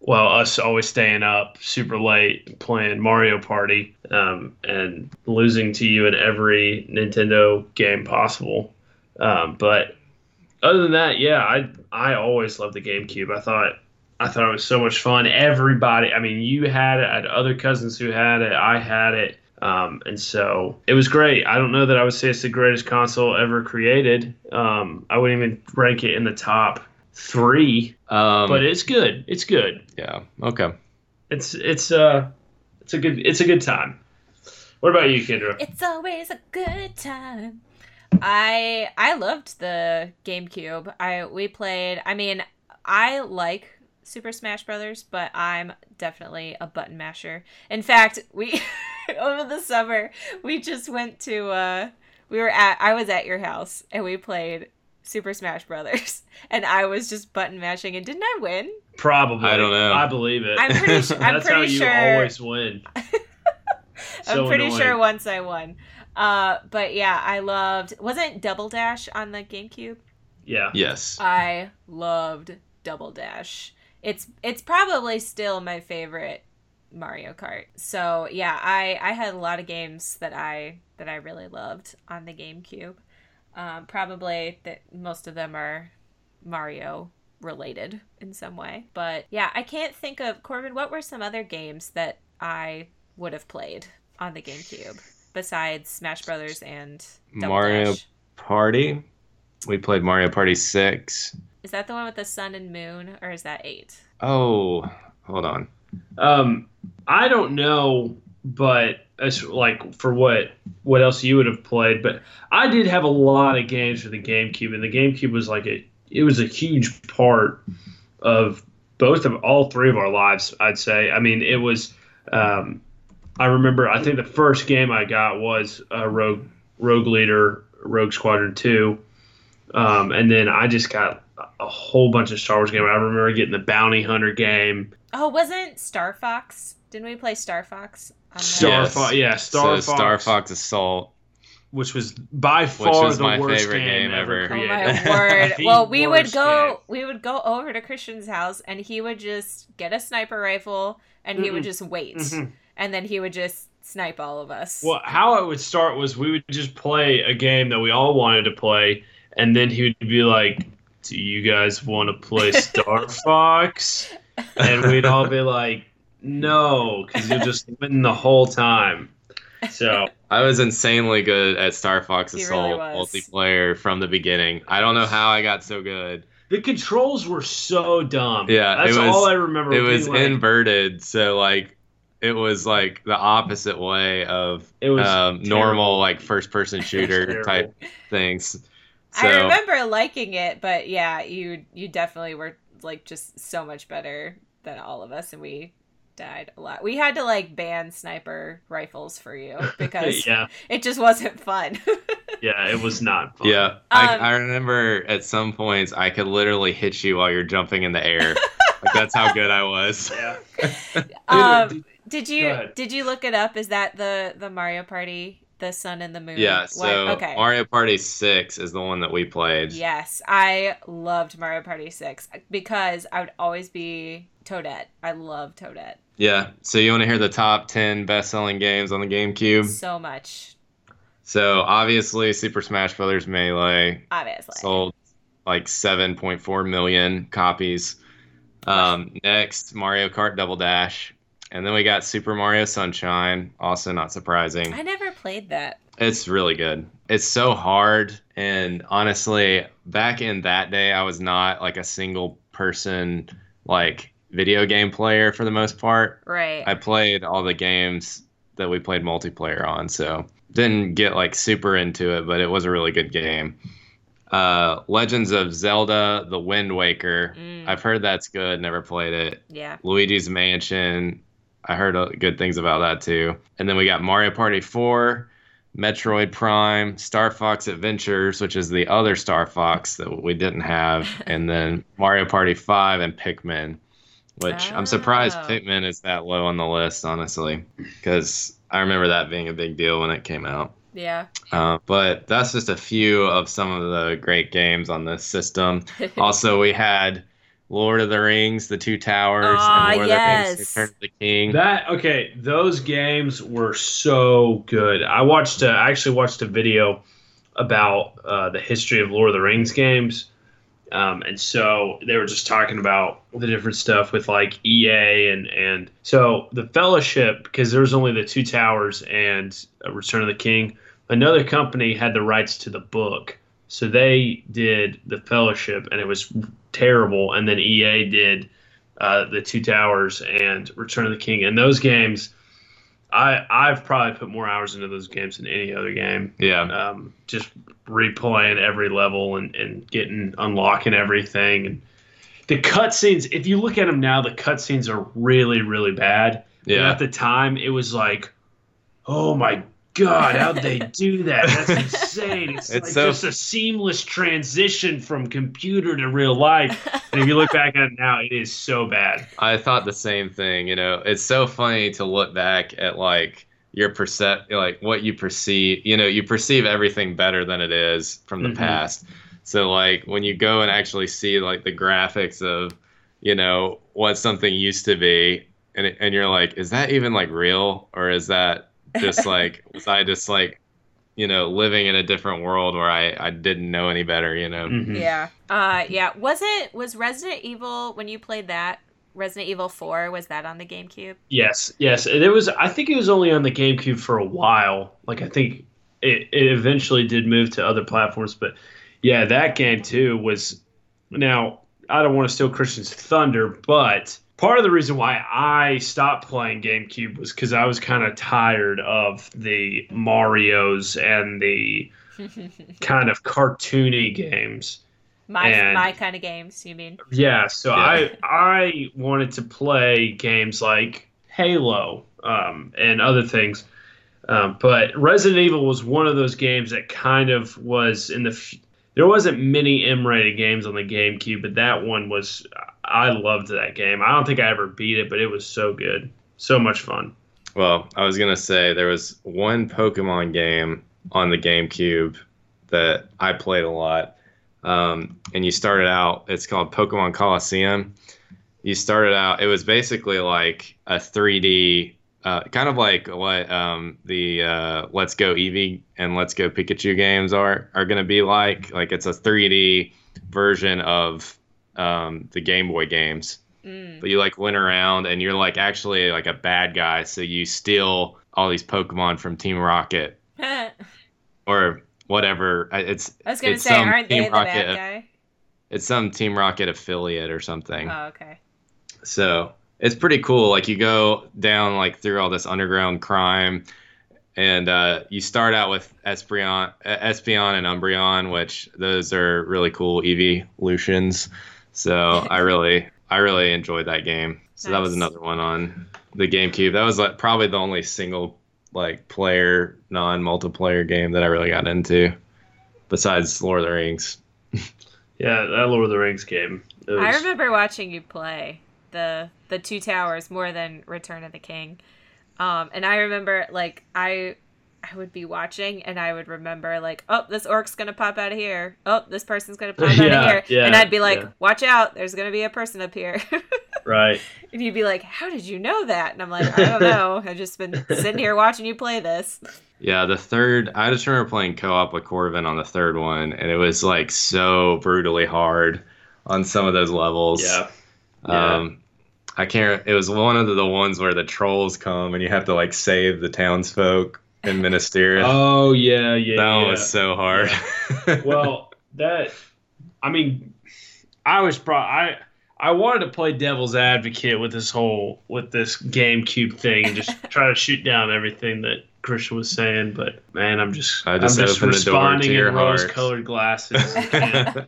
S1: well, us always staying up super late playing Mario Party, um, and losing to you in every Nintendo game possible. Um, but other than that, yeah, I I always loved the GameCube. I thought I thought it was so much fun. Everybody, I mean, you had it. I had other cousins who had it. I had it. Um, and so it was great. I don't know that I would say it's the greatest console ever created. Um, I wouldn't even rank it in the top three,
S2: Um,
S1: but it's good. It's good.
S2: yeah. Okay.
S1: It's it's uh it's a good it's a good time. What about you, Kendra?
S3: It's always a good time. I I loved the GameCube. I we played. I mean, I like Super Smash Brothers, but I'm definitely a button masher. In fact, we over the summer we just went to uh we were at I was at your house and we played Super Smash Brothers and I was just button mashing and didn't I win?
S1: Probably.
S2: I don't know.
S1: I believe it.
S3: I'm pretty su- I'm
S1: That's
S3: pretty
S1: how you
S3: sure
S1: always win. So
S3: I'm pretty
S1: annoying.
S3: sure once I won. Uh, but yeah, I loved. Wasn't Double Dash on the GameCube?
S1: Yeah.
S2: Yes.
S1: Uh,
S3: I loved Double Dash. It's it's probably still my favorite Mario Kart. So yeah, I I had a lot of games that I that I really loved on the GameCube. Um, probably that most of them are Mario related in some way. But yeah, I can't think of Corbin. What were some other games that I would have played on the GameCube besides Smash Brothers and Double
S2: Mario
S3: Dash?
S2: Party. We played Mario Party 6.
S3: Is that the one with the sun and moon, or is that eight?
S2: Oh, hold on.
S1: Um, I don't know, but as like for what what else you would have played, but I did have a lot of games for the GameCube, and the GameCube was like a it was a huge part of both of all three of our lives. I'd say. I mean, it was. Um, I remember. I think the first game I got was uh, Rogue Rogue Leader Rogue Squadron Two, um, and then I just got a whole bunch of Star Wars games. I remember getting the Bounty Hunter game.
S3: Oh, wasn't Star Fox? Didn't we play Star Fox? On the-
S1: Star
S2: Yes.
S1: Fox, yeah, Star,
S2: so
S1: Fox,
S2: Star Fox Assault.
S1: which was by far
S2: was
S1: the
S2: my
S1: worst
S2: favorite
S1: game,
S2: game
S1: ever
S2: ever.
S3: Oh
S1: created.
S3: my
S2: created.
S3: word!
S1: The
S3: well, we would
S1: worst
S3: go.
S1: game.
S3: We would go over to Christian's house, and he would just get a sniper rifle, and he would
S1: Mm-mm.
S3: just wait,
S1: Mhm.
S3: and then he would just snipe all of us.
S1: Well, how it would start was we would just play a game that we all wanted to play, and then he would be like, "Do you guys want to play Star Fox?" And we'd all be like, "No," because you'll just win the whole time. So
S2: I was insanely good at Star Fox
S3: He really
S2: Assault
S3: was.
S2: multiplayer from the beginning. I don't know how I got so good.
S1: the controls were so dumb.
S2: Yeah, it
S1: that's
S2: was-
S1: all I remember.
S2: It
S1: being
S2: was
S1: like,
S2: inverted, so like it was like the opposite way of
S1: It was
S2: um,
S1: terrible.
S2: normal like first person
S1: Terrible.
S2: shooter type things. So
S3: I remember liking it, but yeah, you you definitely were like just so much better than all of us, and we died a lot. We had to like ban sniper rifles for you because
S1: yeah,
S3: it just wasn't fun.
S1: yeah, it was not fun.
S2: yeah, I,
S3: Um,
S2: I remember at some points I could literally hit you while you're jumping in the air. like that's how good I was.
S1: yeah.
S3: um, did
S1: Go
S3: you
S1: ahead.
S3: did you look it up? Is that the the Mario Party, the Sun and the Moon?
S2: Yeah,
S3: one?
S2: so Mario Party 6 is the one that we played.
S3: Yes, I loved Mario Party Six because I would always be Toadette. I love Toadette
S2: Yeah. So you want to hear the top 10 best-selling games on the GameCube?
S3: so much.
S2: So obviously Super Smash Brothers Melee
S3: Obviously,
S2: sold like 7.4 million copies. Um, next, Mario Kart Double Dash. And then we got Super Mario Sunshine, also not surprising.
S3: I never played that.
S2: It's really good. It's so hard. And honestly, back in that day, I was not like a single person, like video game player for the most part.
S3: Right.
S2: I played all the games that we played multiplayer on, so didn't get like super into it, but it was a really good game. Uh, Legends of Zelda: The Wind Waker.
S3: Mm,
S2: I've heard that's good. Never played it.
S3: yeah.
S2: Luigi's Mansion. I heard uh, good things about that too. And then we got Mario Party 4, Metroid Prime, Star Fox Adventures, which is the other Star Fox that we didn't have, and then Mario Party 5 and Pikmin, which I'm surprised
S3: Oh.
S2: Pikmin is that low on the list, honestly, because I remember that being a big deal when it came out.
S3: Yeah.
S2: Uh, but that's just a few of some of the great games on this system also, we had Lord of the Rings, The Two Towers,
S3: Ah,
S2: and Lord of the
S3: yes.
S2: Rings: Return of the King.
S1: That okay, those games were so good. I watched a, I actually watched a video about uh, the history of Lord of the Rings games. Um, and so they were just talking about the different stuff with like EA and and so the Fellowship because there was only the Two Towers and uh, Return of the King. Another company had the rights to the book, so they did the Fellowship, and it was terrible. And then EA did uh, the Two Towers and Return of the King, and those games. I, I've probably put more hours into those games than any other game
S2: yeah,
S1: um, just replaying every level and, and getting unlocking everything and the cutscenes if you look at them now the cutscenes are really really bad But
S2: yeah.
S1: at the time it was like oh my god how'd they do that that's insane it's,
S2: It's
S1: like
S2: so-
S1: just a seamless transition from computer to real life and if you look back at it now it is so bad
S2: I thought the same thing. You know, it's so funny to look back at like your percep, like what you perceive. You know, you perceive everything better than it is from the
S1: Mhm.
S2: past. So like when you go and actually see like the graphics of, you know, what something used to be, and it- and you're like, is that even like real or is that just like was I just like you know, living in a different world where I, I didn't know any better, you know.
S1: Mhm.
S3: Yeah. Uh, yeah. Was it was Resident Evil when you played that? Resident Evil Four was that on the GameCube?
S1: Yes, yes, and it was. I think it was only on the GameCube for a while. Like I think it, it eventually did move to other platforms, but yeah, that game too was. Now I don't want to steal Christian's thunder, but part of the reason why I stopped playing GameCube was because I was kind of tired of the Mario's and the kind of cartoony games.
S3: my
S1: And-
S3: my kind of games. You mean?
S1: Yeah, so
S2: Yeah.
S1: I I wanted to play games like Halo um, and other things, um, but Resident Evil was one of those games that kind of was in the. F- there wasn't many M-rated games on the GameCube, but that one was. I loved that game. I don't think I ever beat it, but it was so good, so much fun.
S2: Well, I was gonna say there was one Pokemon game on the GameCube that I played a lot. Um, and you started out, it's called Pokemon Coliseum. You started out, it was basically like a 3D, uh, kind of like what um, the uh, Let's Go Eevee and Let's Go Pikachu games are are gonna be like. Like it's a 3D version of um, the Game Boy games
S3: Mm.
S2: but you like went around and you're like actually like a bad guy so you steal all these pokemon from team rocket
S3: I
S2: or whatever I- it's
S3: was gonna
S2: It's
S3: say,
S2: some
S3: aren't they
S2: Team
S3: the
S2: Rocket.
S3: bad
S2: it's some team rocket affiliate or something
S3: guy? Oh, okay.
S2: so it's pretty cool like you go down like through all this underground crime and uh, you start out with Espeon, Espeon and Umbreon, which those are really cool evolutions. So I really, I really enjoyed that game. So that was
S3: Nice.
S2: another one on the GameCube. That was like probably the only single like player non-multiplayer game that I really got into, besides Lord of the Rings.
S1: Yeah, that Lord of the Rings game. It was,
S3: I remember watching you play the the Two Towers more than Return of the King, um, and I remember like I I would be watching and I would remember like oh this orc's gonna pop out of here oh this person's gonna pop out of
S1: Yeah,
S3: here and
S1: yeah,
S3: I'd be like
S1: yeah.
S3: watch out there's gonna be a person up here
S1: right.
S3: and you'd be like how did you know that and I'm like I don't know I've just been sitting here watching you play this
S2: Yeah, the third. I just remember playing co-op with Corvin on the third one, and it was like so brutally hard on some of those levels.
S1: Yeah.
S2: Um, I can't. It was one of the ones where the trolls come and you have to like save the townsfolk in Minas Tirith.
S1: Oh yeah, yeah.
S2: that
S1: yeah.
S2: one was so hard.
S1: well, that I mean, I was pro I I wanted to play devil's advocate with this whole with this GameCube thing and just try to shoot down everything that Christian was saying, but man, I'm just
S2: I just
S1: I'm just
S2: opened the door to
S1: responding
S2: your
S1: in
S2: heart.
S1: rose-colored glasses. And-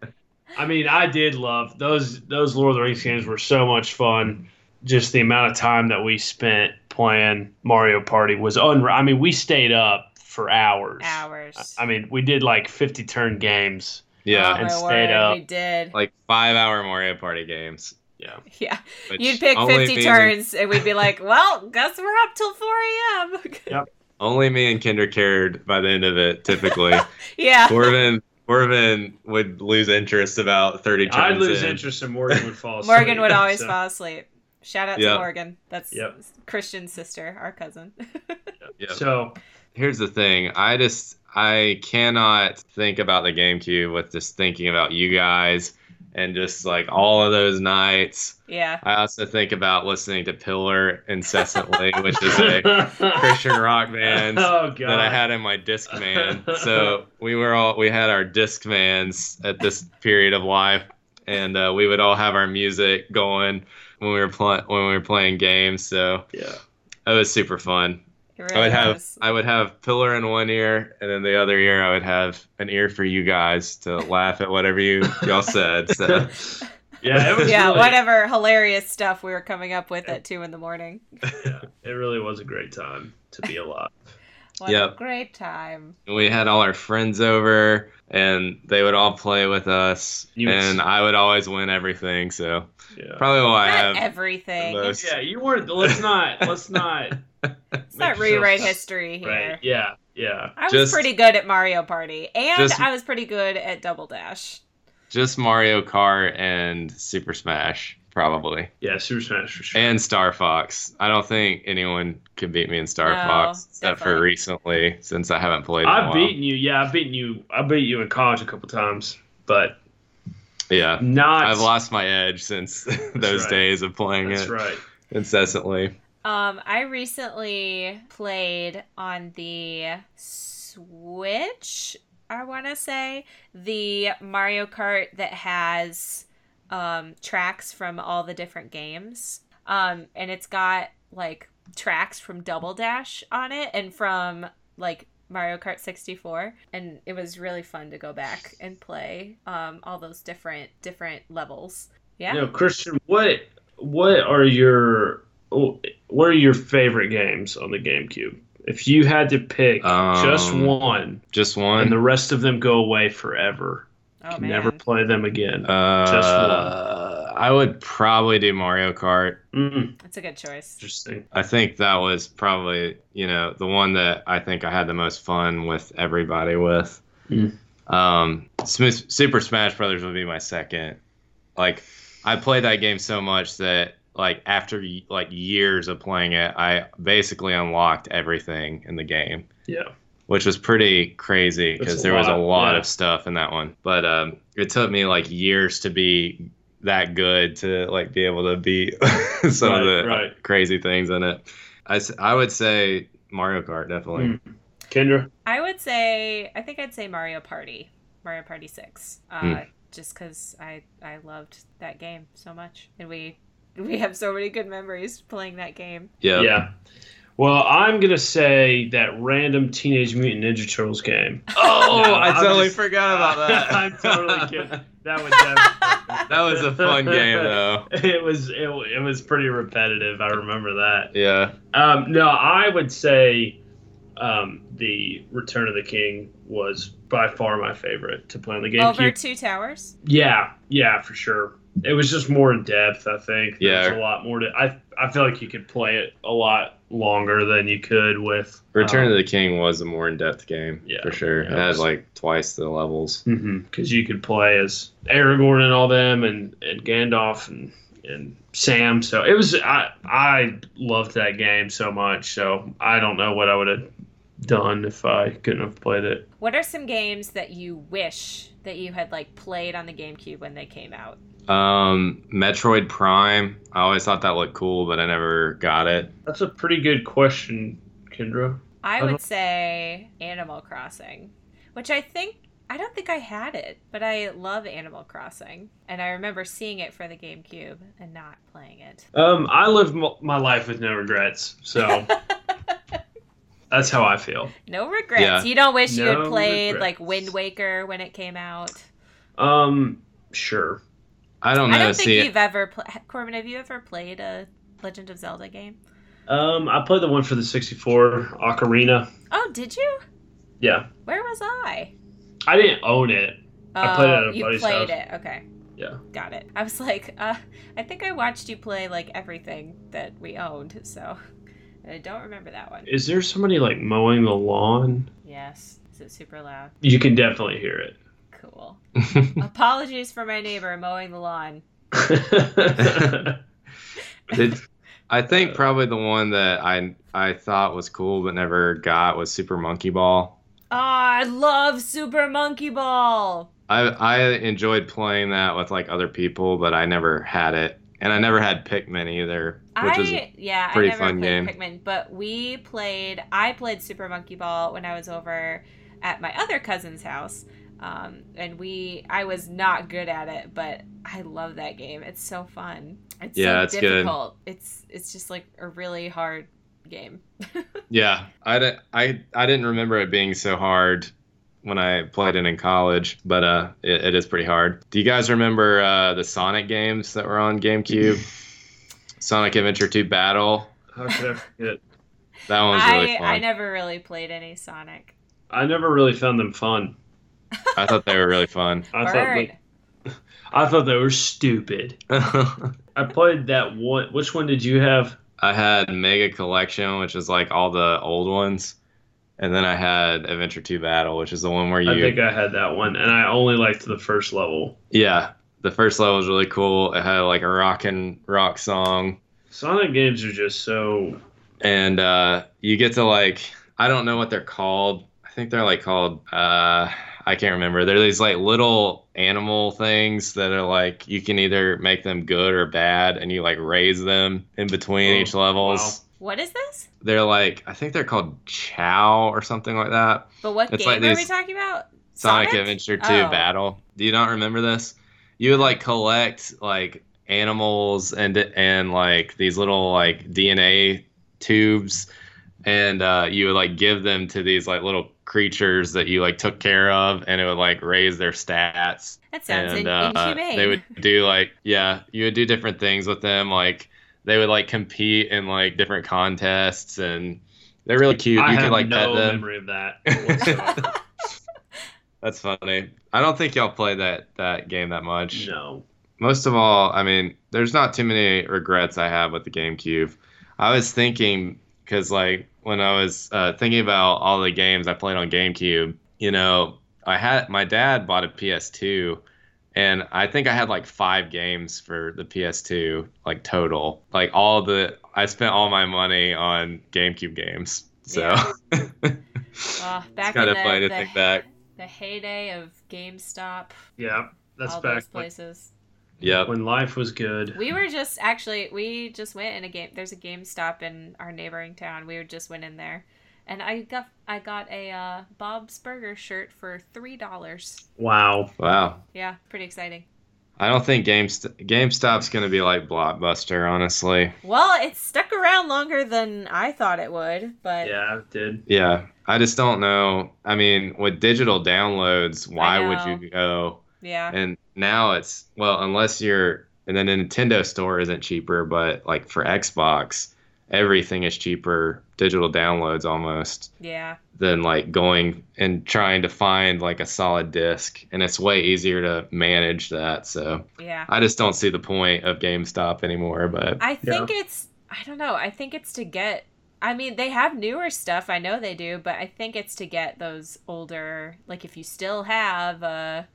S1: I mean, I did love those. Those Lord of the Rings games were so much fun. Just the amount of time that we spent playing Mario Party was unreal. I mean, we stayed up for hours.
S3: hours
S1: I mean, we did like 50 turn games.
S3: Oh
S2: yeah,
S1: and
S3: my
S1: stayed
S3: word,
S1: up.
S3: we did
S2: like five-hour Mario Party games.
S3: yeah
S2: which
S3: You'd pick
S2: only
S3: 50
S2: me And,
S3: turns, and we'd be like, well, guess we're up till 4 a.m.
S2: only me and Kinder cared by the end of it. Typically,
S3: yeah.
S2: Corvin. Corvin would lose interest about thirty turns.
S1: I'd lose
S2: in.
S1: interest and Morgan would fall asleep.
S3: Morgan would always
S1: so-
S3: fall asleep. Shout out
S2: Yeah.
S3: to Morgan. That's
S1: Yep.
S3: Christian's sister, our cousin.
S2: Yeah.
S1: So,
S2: here's the thing i just i cannot think about the gamecube with just thinking about you guys and just like all of those nights
S3: yeah.
S2: i also think about listening to pillar incessantly which is a christian rock band
S1: oh, God.
S2: that i had in my disc man so we were all we had our disc mans at this period of life and uh, we would all have our music going when we were playing when we were playing games so
S1: Yeah.
S2: it was super fun
S3: It
S2: I
S3: really
S2: would have
S3: was.
S2: I would have pillar in one ear, and then the other ear I would have an ear for you guys to laugh at whatever you y'all said. So
S1: Yeah, it was
S3: Yeah,
S1: really,
S3: whatever hilarious stuff we were coming up with at 2 in the morning.
S1: It really was a great time to be alive.
S3: What a
S2: Yep.
S3: great time.
S2: we had all our friends over, and they would all play with us,
S1: You would-
S2: and I would always win everything. So
S1: Yeah.
S2: probably why I
S3: Not
S2: have
S3: everything.
S2: the most-
S1: Yeah, you weren't. Let's not. Let's not.
S3: Let's not
S1: yourself-
S3: rewrite history here.
S1: Right. Yeah. Yeah.
S3: I was
S2: Just-
S3: pretty good at Mario Party, and
S2: Just-
S3: I was pretty good at Double Dash.
S2: just Mario Kart and Super Smash. probably.
S1: Yeah, Super Smash for sure.
S2: And Star Fox. I don't think anyone could beat me in Star
S3: No,
S2: Fox except for
S3: definitely.
S2: recently, since I haven't played. in a
S1: I've
S2: while.
S1: beaten you. Yeah, I've beaten you. I beat you in college a couple times, but
S2: Yeah,
S1: not.
S2: I've lost my edge since those
S1: right.
S2: days of playing
S1: That's
S2: it
S1: right.
S2: incessantly.
S3: Um, I recently played on the Switch, I want to say, the Mario Kart that has um, tracks from all the different games. Um, and it's got like tracks from Double Dash on it and from like Mario Kart 64 and it was really fun to go back and play um, all those different different levels. Yeah.
S1: No, Christian, what what are your what are your favorite games on the GameCube? If you had to pick just
S2: Um,
S1: one,
S2: Just one.
S1: and the rest of them go away forever,
S3: Oh
S1: can
S3: man.
S1: never play them again.
S2: uh,
S1: just
S2: I would probably do Mario Kart.
S1: Mm,
S3: That's a good choice.
S1: interesting.
S2: I think that was probably, you know, the one that I think I had the most fun with everybody with.
S1: Mm.
S2: Um, Smith, Super Smash Brothers would be my second. Like, I played that game so much that, like, after y- like years of playing it, I basically unlocked everything in the game
S1: Yeah.
S2: which was pretty crazy
S1: That's
S2: because
S1: a
S2: there was a
S1: lot,
S2: lot
S1: yeah.
S2: of stuff in that one. But um, it took me like years to be that good to like be able to beat some of
S1: Right,
S2: the
S1: right.
S2: crazy things in it. I, s- I would say Mario Kart definitely.
S1: Mm. Kendra,
S3: I would say I think I'd say Mario Party, Mario Party Six, uh,
S2: Hmm.
S3: just because I I loved that game so much, and we we have so many good memories playing that game.
S2: Yeah.
S1: yeah. Well, I'm gonna say that random Teenage Mutant Ninja Turtles game.
S2: Oh,
S1: No,
S2: I
S1: I'm
S2: totally
S1: just-
S2: forgot about that.
S1: I'm totally kidding. That would definitely.
S2: that was a fun game though.
S1: it was it, it was pretty repetitive. I remember that.
S2: Yeah.
S1: Um, no, I would say um, the Return of the King was by far my favorite to play on the GameCube.
S3: Over Two Towers.
S1: Yeah, yeah, for sure. It was just more in depth. I think there was
S2: Yeah.
S1: a lot more to. I I feel like you could play it a lot longer than you could with
S2: Return of the King was a more in depth
S1: Um,
S2: game
S1: Yeah.
S2: for sure.
S1: Yeah,
S2: it
S1: it
S2: had
S1: was-
S2: like twice the levels.
S1: because you could play as Aragorn and all them, and, and Gandalf and and Sam. So it was I I loved that game so much. So I don't know what I would have done if I couldn't have played it.
S3: What are some games that you wish that you had like played on the GameCube when they came out?
S2: Um, Metroid Prime. I always thought that looked cool, but I never got it.
S1: That's a pretty good question, Kendra.
S3: I
S1: I
S3: would
S1: don't-
S3: say Animal Crossing, which I think I don't think I had it, but I love Animal Crossing, and I remember seeing it for the GameCube and not playing it.
S1: Um, I live m- my life with no regrets, so that's how I feel.
S3: No regrets.
S2: Yeah.
S3: You don't wish you had
S1: No
S3: played like
S1: regrets.
S3: Wind Waker when it came out.
S1: Um, sure.
S2: I don't know.
S3: I don't think
S2: see,
S3: you've ever pl- Corbin. Have you ever played a Legend of Zelda game?
S1: Um, I played the one for the 64 Ocarina.
S3: Oh, did you?
S1: Yeah,
S3: Where was I? Oh,
S1: I didn't own it. I played it at a
S3: you
S1: buddy's
S3: played
S1: house.
S3: it. Okay.
S1: Yeah.
S3: Got it. I was like, uh, I think I watched you play like everything that we owned, so I don't remember that one.
S1: Is there somebody like mowing the lawn?
S3: Yes. Is it super loud?
S1: You can definitely hear it.
S3: Cool. Apologies for my neighbor mowing the lawn.
S2: Did- I think probably the one that I I thought was cool but never got was Super Monkey Ball.
S3: Oh, I love Super Monkey Ball.
S2: I I enjoyed playing that with like other people, but I never had it, and I never had Pikmin either, which
S3: I
S2: is
S3: yeah,
S2: pretty
S3: I never
S2: fun
S3: played
S2: game.
S3: Pikmin, but we played. I played Super Monkey Ball when I was over at my other cousin's house, um, and we. I was not good at it, but I love that game. It's so fun. It's
S2: Yeah,
S3: so
S2: it's good.
S3: difficult. It's it's just like a really hard game.
S2: Yeah, I, di- I, I didn't remember it being so hard when I played it in college, but uh, it, it is pretty hard. Do you guys remember uh, the Sonic games that were on GameCube? Sonic Adventure 2 Battle.
S1: How could I forget?
S2: That one's
S3: I
S2: really fun.
S3: I
S2: I,
S3: never really played any Sonic.
S1: I never really found them fun.
S2: thought they were really fun.
S1: I thought
S3: Burn.
S1: they, I thought they were stupid.
S2: I
S1: I played that one. Which one did you have?
S2: had Mega Collection, which is like all the old ones, and then I had Adventure 2 Battle, which is the one where you
S1: I think I had that one, and I only liked the first level.
S2: yeah. The first level was really cool. It had like a rock and rock song,
S1: Sonic games are just so
S2: and uh, you get to like I don't know what they're called. I think they're like called uh, I can't remember. They're these like little animal things that are like you can either make them good or bad, and you like raise them in between
S1: Oh,
S2: each levels.
S1: wow.
S3: What is this?
S2: They're like I think they're called Chow or something like that.
S3: But what
S2: It's
S3: game
S2: like
S3: are we
S2: these-
S3: talking about?
S2: Sonic Adventure 2
S3: Oh.
S2: Battle. Do you not remember this? You would like collect like animals and and like these little like DNA tubes and uh, you would like give them to these like little creatures that you like took care of and it would like raise their stats
S3: That sounds
S2: and
S3: in-
S2: uh,
S3: inhumane.
S2: they would do like yeah you would do different things with them like they would like compete in like different contests and they're really cute
S1: I
S2: you
S1: have
S2: could like pet
S1: no
S2: them
S1: memory of that whatsoever.
S2: that's funny. I don't think y'all play that that game that much.
S1: no.
S2: Most of all, I mean, there's not too many regrets I have with the GameCube. I was thinking because like when I was uh, thinking about all the games I played on GameCube, you know, I had my dad bought a PS2, and I think I had like five games for the PS2, like total. Like all the I spent all my money on GameCube games. So
S3: Yeah.
S2: it's
S3: Oh, back in
S2: kind of
S3: the-
S2: funny to
S3: the-
S2: think back.
S3: The heyday of GameStop,
S1: Yeah, that's
S3: all
S1: back
S3: those
S1: like,
S3: places.
S2: Yep.
S1: when life was good.
S3: We were just actually we just went in a game. There's a GameStop in our neighboring town. We just went in there, and I got I got a uh, Bob's Burger shirt for three dollars.
S1: Wow.
S2: Wow.
S3: Yeah, pretty exciting.
S2: I don't think GameStop, GameStop's going to be like Blockbuster, honestly.
S3: Well, it stuck around longer than I thought it would, but
S1: Yeah, it did.
S2: Yeah. I just don't know. I mean, with digital downloads, why
S3: know.
S2: would you go?
S3: yeah.
S2: And now it's, well, unless you're, and then the Nintendo store isn't cheaper, but like for Xbox, everything is cheaper, digital downloads almost,
S3: yeah.
S2: than like going and trying to find like a solid disc. And it's way easier to manage that. So
S3: Yeah.
S2: I just don't see the point of GameStop anymore, but.
S3: I think it's I don't know. I think it's to get I mean, they have newer stuff, I know they do, but I think it's to get those older like if you still have a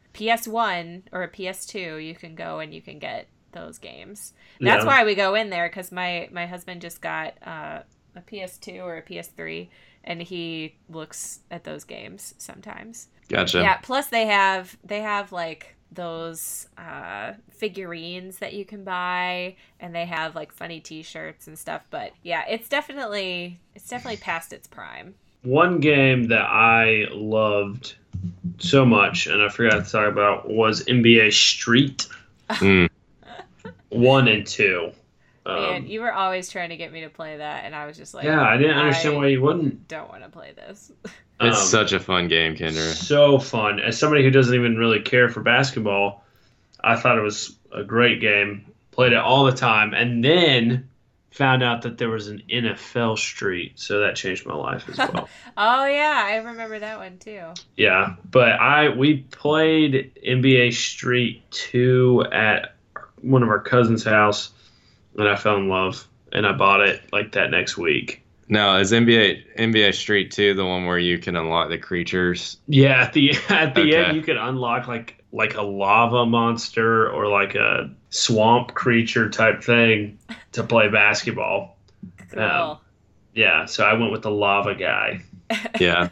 S3: PS1 or a PS2, you can go and you can get those games. That's
S1: yeah.
S3: why we go in there cuz my my husband just got uh, a PS2 or a PS3 and he looks at those games sometimes.
S2: Gotcha.
S3: Yeah, plus they have they have like those uh figurines that you can buy and they have like funny t-shirts and stuff but yeah it's definitely it's definitely past its prime
S1: One game that I loved so much and I forgot to talk about was NBA Street
S2: Mm.
S1: 1 and 2. Um,
S3: man you were always trying to get me to play that and i was just like
S1: yeah, I didn't understand
S3: I
S1: why you wouldn't.
S3: don't want to play this
S2: It's
S1: Um,
S2: such a fun game, Kendra.
S1: So fun. As somebody who doesn't even really care for basketball, I thought it was a great game. Played it all the time, and then found out that there was an NFL Street, so that changed my life as well.
S3: oh yeah i remember that one too
S1: yeah, but I we played NBA Street two at one of our cousin's house, and I fell in love, and I bought it like that next week.
S2: Now, is NBA NBA Street 2 the one where you can unlock the creatures?
S1: Yeah, at the at the
S2: Okay.
S1: end you could unlock like like a lava monster or like a swamp creature type thing to play basketball.
S3: cool
S1: Um, Yeah, so I went with the lava guy.
S2: Yeah.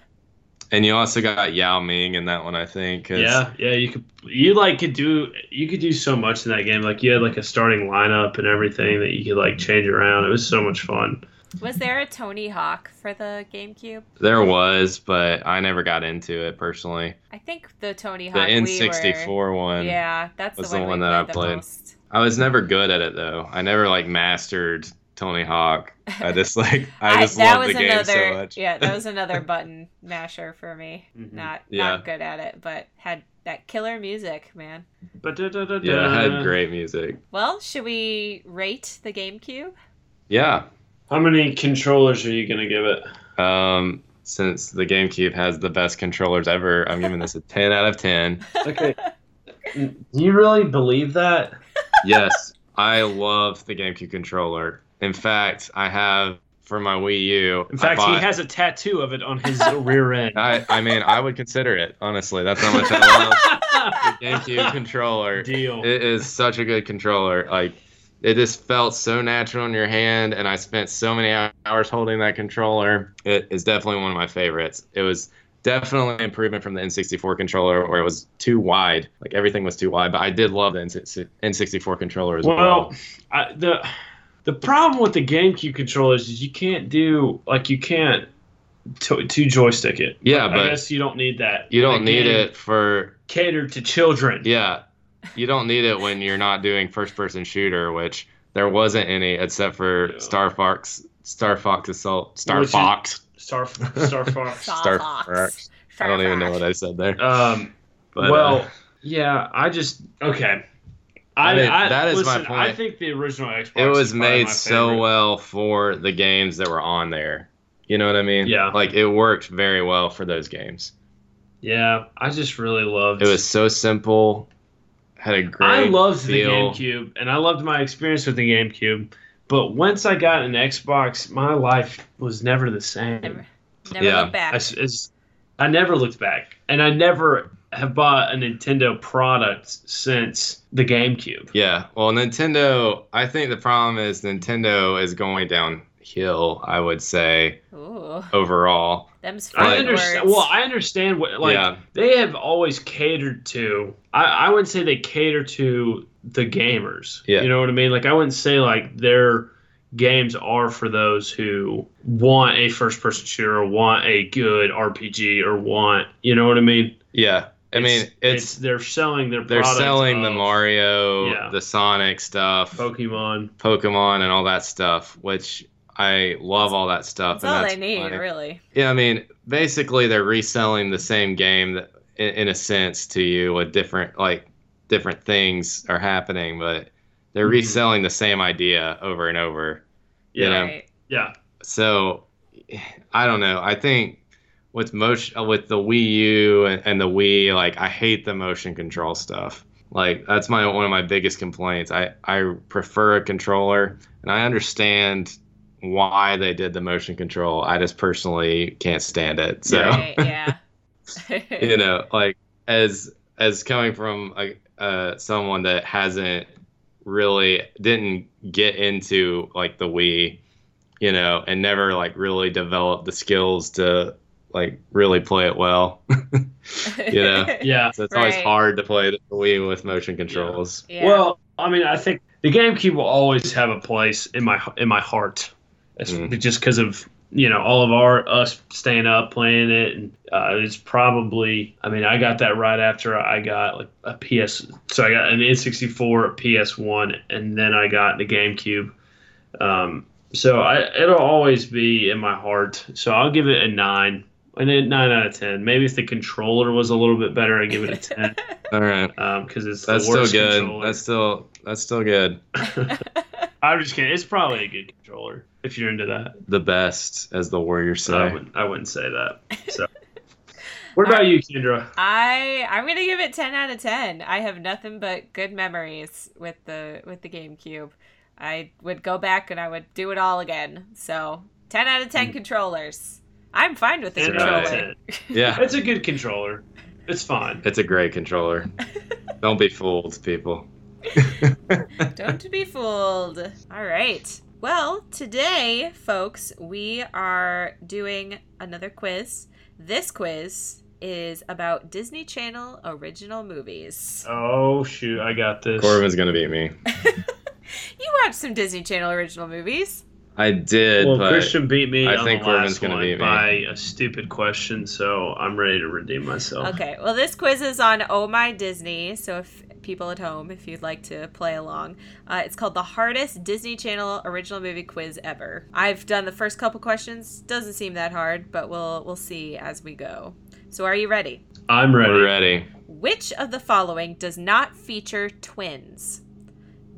S2: and you also got Yao Ming in that one, I think. 'cause-
S1: Yeah, yeah, you could you like could do you could do so much in that game. Like you had like a starting lineup and everything that you could like change around. It was so much fun.
S3: was there a tony hawk for the gamecube
S2: There was, but I never got into it personally.
S3: i think the tony
S2: The
S3: hawk we were-
S2: N64 one.
S3: yeah that's
S2: was
S3: the one, that i played the most.
S2: I was never good at it though. I never like mastered Tony Hawk. I just like I just loved the game
S3: another,
S2: so much.
S3: yeah, that was another button masher for me.
S1: Mhm.
S3: Not
S2: Yeah.
S3: not good at it, but had that killer music, man.
S1: But da-da-da-da.
S2: Yeah, it had great music.
S3: Well, should we rate the GameCube?
S2: Yeah.
S1: How many controllers are you gonna give it?
S2: Um, since the GameCube has the best controllers ever, I'm giving this a 10 out of 10.
S1: Okay. do you really believe that?
S2: Yes, I love the GameCube controller. In fact, I have for my Wii U.
S1: In
S2: I
S1: fact, he
S2: bought-
S1: has a tattoo of it on his rear end.
S2: I, I mean, I would consider it honestly. That's how much I love the GameCube controller.
S1: Deal.
S2: It is such a good controller. Like, it just felt so natural in your hand, and I spent so many hou- hours holding that controller. It is definitely one of my favorites. It was definitely an improvement from the N64 controller, where it was too wide. Like everything was too wide. But I did love the N6- N64 controller as well.
S1: Well, I, the the problem with the GameCube controllers is you can't do like you can't to, to joystick it.
S2: yeah,
S1: I
S2: but
S1: guess you don't need that.
S2: you don't
S1: The
S2: need
S1: game
S2: it for
S1: Catered to children.
S2: Yeah, you don't need it when you're not doing first-person shooter, which there wasn't any except for
S1: Yeah.
S2: Star Fox, Star Fox Assault, Star
S1: Which is-
S2: Fox.
S1: Star Star Fox.
S3: Star,
S2: Star
S3: Fox.
S2: Fox.
S3: Star
S2: I don't even know
S3: Fox.
S2: what I said there.
S1: um,
S2: But, uh,
S1: well, yeah, I just okay. I,
S2: I mean,
S1: I-
S2: that is my
S1: listen, I
S2: point.
S1: think the original Xbox.
S2: it
S1: is
S2: was
S1: probably
S2: made
S1: my
S2: so
S1: favorite.
S2: well for the games that were on there. You know what I mean?
S1: Yeah.
S2: Like it worked very well for those games.
S1: Yeah, I just really loved.
S2: It was so simple, had a great.
S1: I loved the
S2: feel.
S1: GameCube, and I loved my experience with the GameCube. But once I got an Xbox, my life was never the same.
S3: Never, never
S2: Yeah.
S3: look back.
S1: I, s- it's- I never looked back, and I never have bought a Nintendo product since the GameCube.
S2: Yeah. Well, Nintendo. I think the problem is Nintendo is going downhill. I would say
S3: Ooh,
S2: overall.
S3: them's
S1: I
S2: Right.
S3: fighting
S1: understand.
S3: words.
S1: Well, I understand what like
S2: yeah.
S1: they have always catered to. I, I wouldn't say they cater to the gamers.
S2: Yeah.
S1: You know what I mean? Like I wouldn't say like their games are for those who want a first-person shooter, or want a good RPG, or want you know what I mean.
S2: Yeah. I mean, it's,
S1: they're selling their
S2: they're
S1: product
S2: selling the
S1: of
S2: Mario,
S1: Yeah.
S2: the Sonic stuff,
S1: Pokemon.
S2: Pokemon, and all that stuff, which I love all that stuff.
S3: that's
S2: and
S3: all
S2: that's
S3: they need,
S2: funny.
S3: really.
S2: Yeah, I mean, basically they're reselling the same game that, in, in a sense to you with different like different things are happening, but they're
S1: Mhm.
S2: reselling the same idea over and over.
S1: Yeah.
S2: Yeah.
S3: Right.
S1: Yeah.
S2: so I don't know. I think with motion with the Wii U and, and the Wii, like I hate the motion control stuff. Like that's my one of my biggest complaints. I I prefer a controller, and I understand why they did the motion control. I just personally can't stand it. So
S3: Right, yeah.
S2: you know like as as coming from a, uh, someone that hasn't really didn't get into like the wii you know and never like really developed the skills to like really play it well you know.
S1: Yeah.
S2: so it's always
S3: Right.
S2: hard to play the wii with motion controls
S3: Yeah.
S1: Well, I mean, I think the GameCube will always have a place in my in my heart, it's
S2: Mm.
S1: just because of you know all of our us staying up playing it, and uh, it's probably. I mean, I got that right after I got like a PS. So I got an N64, a PS1, and then I got the GameCube. Um, so I it'll always be in my heart. So I'll give it a nine. And then nine out of ten. Maybe if the controller was a little bit better, I'd give it a ten
S2: all right
S1: because it's
S2: that's
S1: the
S2: still
S1: worst
S2: good
S1: controller.
S2: that's still that's still good
S1: I'm just kidding. It's probably a good controller if you're into that.
S2: the best as the warriors
S1: So I
S2: say
S1: wouldn't, I wouldn't say that. So, what about you, Kendra?
S3: I I'm gonna give it ten out of ten. I have nothing but good memories with the with the GameCube. I would go back and I would do it all again. So ten out of ten controllers. I'm fine with the
S1: Ten
S2: Right.
S1: out of
S3: controller.
S1: ten.
S2: yeah
S1: It's a good controller. It's fine.
S2: it's a great controller don't be fooled people
S3: Don't be fooled. All right. Well, today, folks, we are doing another quiz. This quiz is about Disney Channel original movies.
S1: Oh shoot, I got this.
S2: Corbin's gonna beat me.
S3: You watched some Disney Channel original movies.
S2: I did,
S1: well,
S2: but
S1: Christian beat me
S2: I
S1: on
S2: think
S1: the last
S2: Corbin's gonna
S1: one
S2: beat me.
S1: by a stupid question, so I'm ready to redeem myself.
S3: Okay, well, this quiz is on Oh My Disney. So, if people at home, if you'd like to play along, uh, it's called the hardest Disney Channel original movie quiz ever. I've done the first couple questions. Doesn't seem that hard, but we'll we'll see as we go. So, are you ready?
S1: I'm ready.
S2: we're ready.
S3: Which of the following does not feature twins?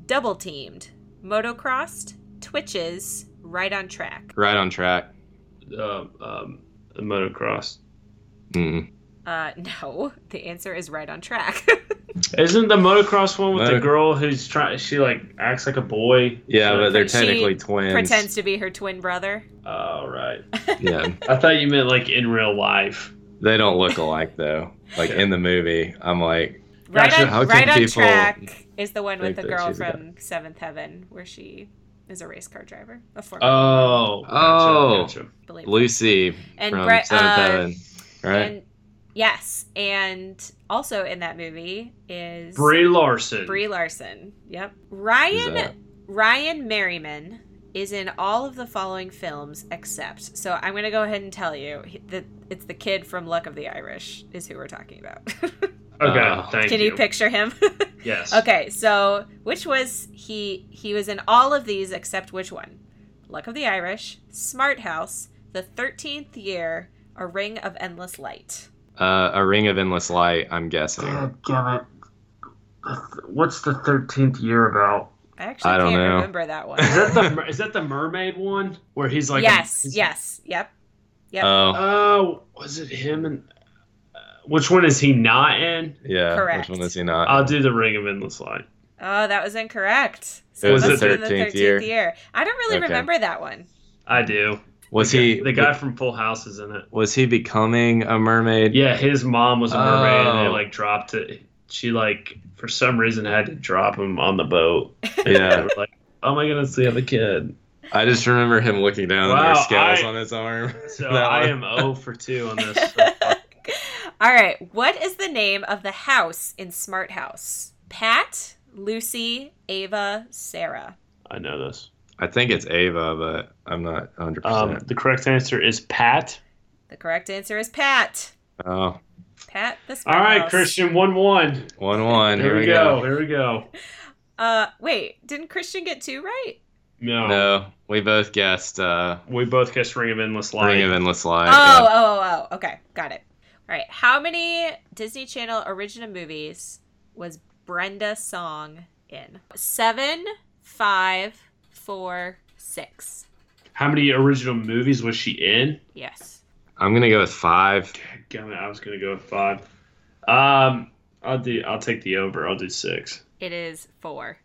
S3: Double teamed, motocrossed, twitches, right on track.
S2: Right on track.
S1: Um, um, the motocross.
S2: Mm.
S3: Uh, no, the answer is right on track.
S1: Isn't the motocross one with the
S2: Moto-
S1: girl who's trying? She like acts like a boy.
S2: Yeah, but they're
S3: She
S2: technically twins.
S3: Pretends to be her twin brother.
S1: All right.
S2: Yeah,
S1: I thought you meant like in real life.
S2: they don't look alike though. Like in the movie, I'm like,
S3: Right
S1: Gotcha.
S2: How
S3: on,
S2: can
S3: right on
S2: people
S3: track is the one
S2: think
S3: with the
S2: that
S3: girl
S2: she's a guy?
S3: from Seventh Heaven, where she is a race car driver, a
S2: Uh,
S3: Formula
S1: Oh.
S2: Oh.
S1: Gotcha,
S3: believe.
S2: Lucy
S3: and
S2: from
S3: Bre- uh,
S2: Seventh Heaven, right?
S3: And yes, and also in that movie is
S1: Brie Larson.
S3: Brie Larson. Yep.
S2: Who's that?
S3: Ryan Ryan Merriman is in all of the following films except. So I'm going to go ahead and tell you he- that it's the kid from Luck of the Irish is who we're talking about.
S1: Okay.
S2: Oh.
S1: thank
S3: Can
S1: you.
S3: you picture him?
S1: Yes.
S3: okay, so which was he he was in all of these except which one? Luck of the Irish, Smart House, The 13th Year, A Ring of Endless Light.
S2: Uh, a Ring of Endless Light, I'm guessing.
S1: God damn it. What's the thirteenth year about?
S3: I actually
S2: I don't
S3: can't
S2: know.
S3: remember that one.
S1: Is that the mer- is that the mermaid one where he's like? a-
S3: yes,
S1: he's-
S3: yes, yep. Yep.
S2: Oh,
S1: Oh, was it him and? Uh, which one is he not in?
S2: yeah.
S3: correct.
S2: Which one is he not?
S1: I'll do the Ring of Endless Light.
S3: Oh, that was incorrect. So
S2: It
S1: was
S3: it
S1: the
S3: must have been
S2: 13th year.
S3: I don't really
S2: Okay.
S3: remember that one.
S1: I do.
S2: was
S1: The
S2: he
S1: guy- the guy from Full House is in it?
S2: Was he becoming a mermaid?
S1: Yeah, his mom was a mermaid, and they
S2: Oh.
S1: like dropped it. She like for some reason had to drop him on the boat. They
S2: Yeah.
S1: were like, oh my goodness, we have a kid.
S2: I just remember him looking down and there were
S1: Wow,
S2: scales
S1: I-
S2: on his arm.
S1: So
S2: That
S1: I
S2: one.
S1: am zero for two on this. so far.
S3: All right. What is the name of the house in Smart House? Pat, Lucy, Ava, Sarah.
S1: I know this.
S2: I think it's Ava, but I'm not 100.
S1: Um,
S2: percent
S1: the correct answer is Pat.
S3: The correct answer is Pat.
S1: Um,
S2: Oh,
S3: Pat the Smart
S1: All right,
S3: House.
S1: Christian, one one.
S2: one one.
S1: There
S2: Here
S1: we go. There we go.
S3: Uh, wait. Didn't Christian get two right?
S1: No,
S2: No, we both guessed uh,
S1: we both guessed Ring of Endless Light.
S2: Ring of Endless Light.
S3: oh, oh, oh, oh. Okay, got it. All right. How many Disney Channel original movies was Brenda Song in? Seven, five, four, six.
S1: How many original movies was she in?
S3: Yes.
S2: I'm gonna go with five.
S1: Damn it, I was gonna go with five. Um, I'll do. I'll take the over. I'll do six.
S3: It is four.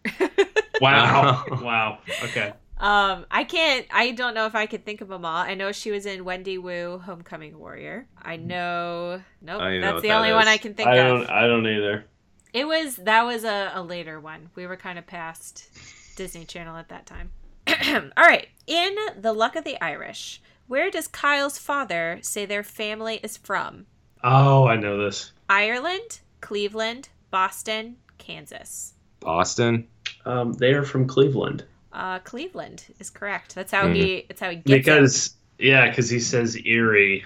S1: Wow.
S2: Wow.
S1: wow. Okay.
S3: um, I can't. I don't know if I could think of them all. I know she was in Wendy Wu, Homecoming Warrior. I know. Nope.
S2: Mm. I don't even know
S3: that's
S2: what
S3: the
S2: that
S3: only one
S2: is.
S3: I can think
S1: I
S3: of.
S1: don't. I don't either.
S3: It was that was a, a later one. We were kind of past Disney Channel at that time. All right. In The Luck of the Irish, where does Kyle's father say their family is from?
S1: Oh, I know this.
S3: Ireland, Cleveland, Boston, Kansas.
S2: Boston.
S1: Um, they are from Cleveland
S3: Uh, Cleveland is correct. That's how he. That's how he gets
S1: because yeah, because he says Erie.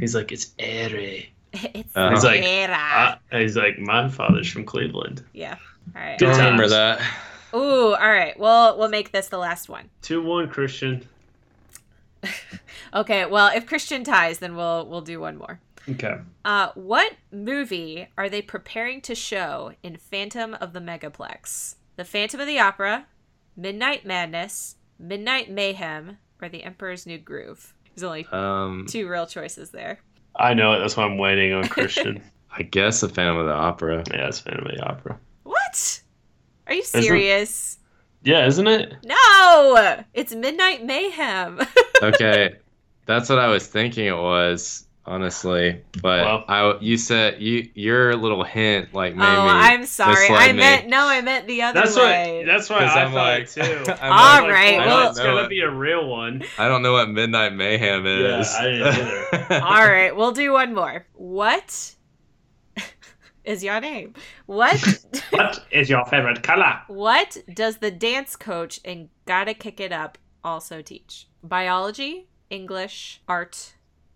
S1: He's like it's Erie.
S3: it. it's
S2: Uh-huh.
S1: He's like, "Ah."
S3: Sarah.
S1: I, he's like my father's from Cleveland.
S3: yeah. All right.
S2: I
S1: Good
S3: All
S1: job.
S3: right.
S2: remember that.
S3: Ooh. All right. Well, we'll make this the last one.
S1: Two one Christian.
S3: Okay. Well, if Christian ties, then we'll we'll do one more.
S1: Okay.
S3: Uh, what movie are they preparing to show in Phantom of the Megaplex? The Phantom of the Opera, Midnight Madness, Midnight Mayhem, or The Emperor's New Groove? There's only
S2: Um,
S3: two real choices there.
S1: I know it. That's why I'm waiting on Christian.
S2: I guess the Phantom of the Opera.
S1: yeah, it's Phantom of the Opera.
S3: What? Are you
S1: it-
S3: serious?
S1: Yeah, isn't it?
S3: No! It's Midnight Mayhem.
S2: okay, that's what I was thinking it was, honestly. But
S1: Well.
S2: I, you said you your little hint like
S3: oh,
S2: made me.
S3: I'm sorry.
S2: misled
S3: I
S2: me.
S3: meant no. I meant the other
S1: That's
S3: way.
S1: what. That's why
S2: 'Cause
S1: I
S2: I'm
S1: thought
S2: like-
S1: too.
S2: I'm like,
S1: I'm like,
S3: Alright,
S1: well,
S3: well-
S1: it's gotta be a real one.
S2: I don't know what Midnight Mayhem
S1: Yeah,
S2: is.
S1: I didn't
S3: All right, we'll do one more. What is your name? What?
S1: What is your favorite color?
S3: What does the dance coach in Gotta Kick It Up also teach? Biology, English, art,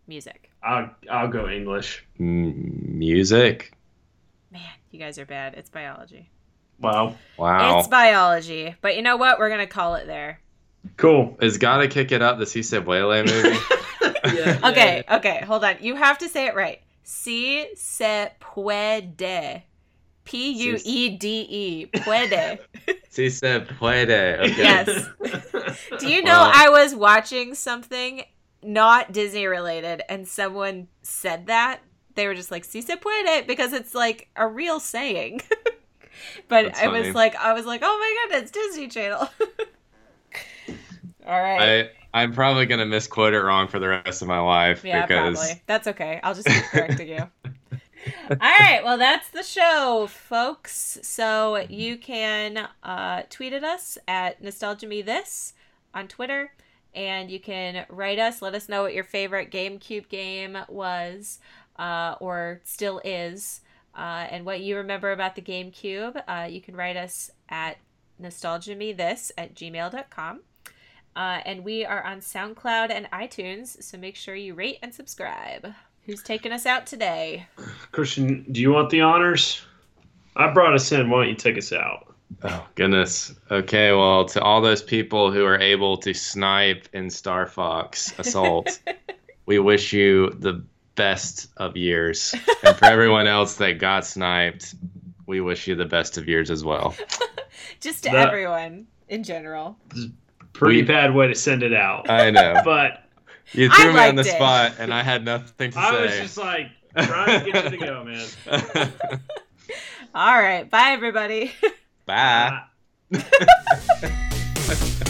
S3: music.
S1: I'll I'll go English.
S2: M- music.
S3: Man, you guys are bad. It's biology.
S1: Wow.
S2: Wow.
S3: It's biology. But you know what? We're going to call it there.
S1: Cool.
S2: is gotta kick it up the C Sip Waylay movie?
S3: Okay, okay, hold on. You have to say it right. Si se puede. P U E D E. Puede.
S2: C Sip Puede. Okay.
S3: Yes. Do you know
S2: Wow.
S3: I was watching something not Disney related and someone said that? they were just like si se puede because it's like a real saying. but
S2: That's
S3: I was
S2: funny.
S3: like I was like, "Oh my god, it's Disney Channel." All right.
S2: I I'm probably gonna misquote it wrong for the rest of my life
S3: yeah,
S2: because
S3: probably. That's okay. I'll just keep correcting you. All right, well that's the show, folks. So you can uh, tweet at us at nostalgia me this on Twitter, and you can write us. Let us know what your favorite GameCube game was, uh, or still is, uh, and what you remember about the GameCube. Uh, you can write us at nostalgia me this at gmail.com. Uh, and we are on SoundCloud and iTunes, so make sure you rate and subscribe. Who's taking us out today?
S1: Christian, do you want the honors? I brought us in. Why don't you take us out?
S2: oh goodness. Okay, well to all those people who are able to snipe in Star Fox Assault, we wish you the best of years. And for everyone else that got sniped, we wish you the best of years as well.
S3: Just to
S1: That-
S3: everyone in general.
S1: Pretty
S2: We-
S1: bad way to send it out.
S2: I know.
S1: But
S2: You
S3: I
S2: threw me on
S3: liked
S2: the
S3: it.
S2: spot and I had nothing to
S1: I was
S2: say.
S1: just like trying to get you to go, man.
S3: All right. Bye, everybody.
S2: Bye.
S1: I-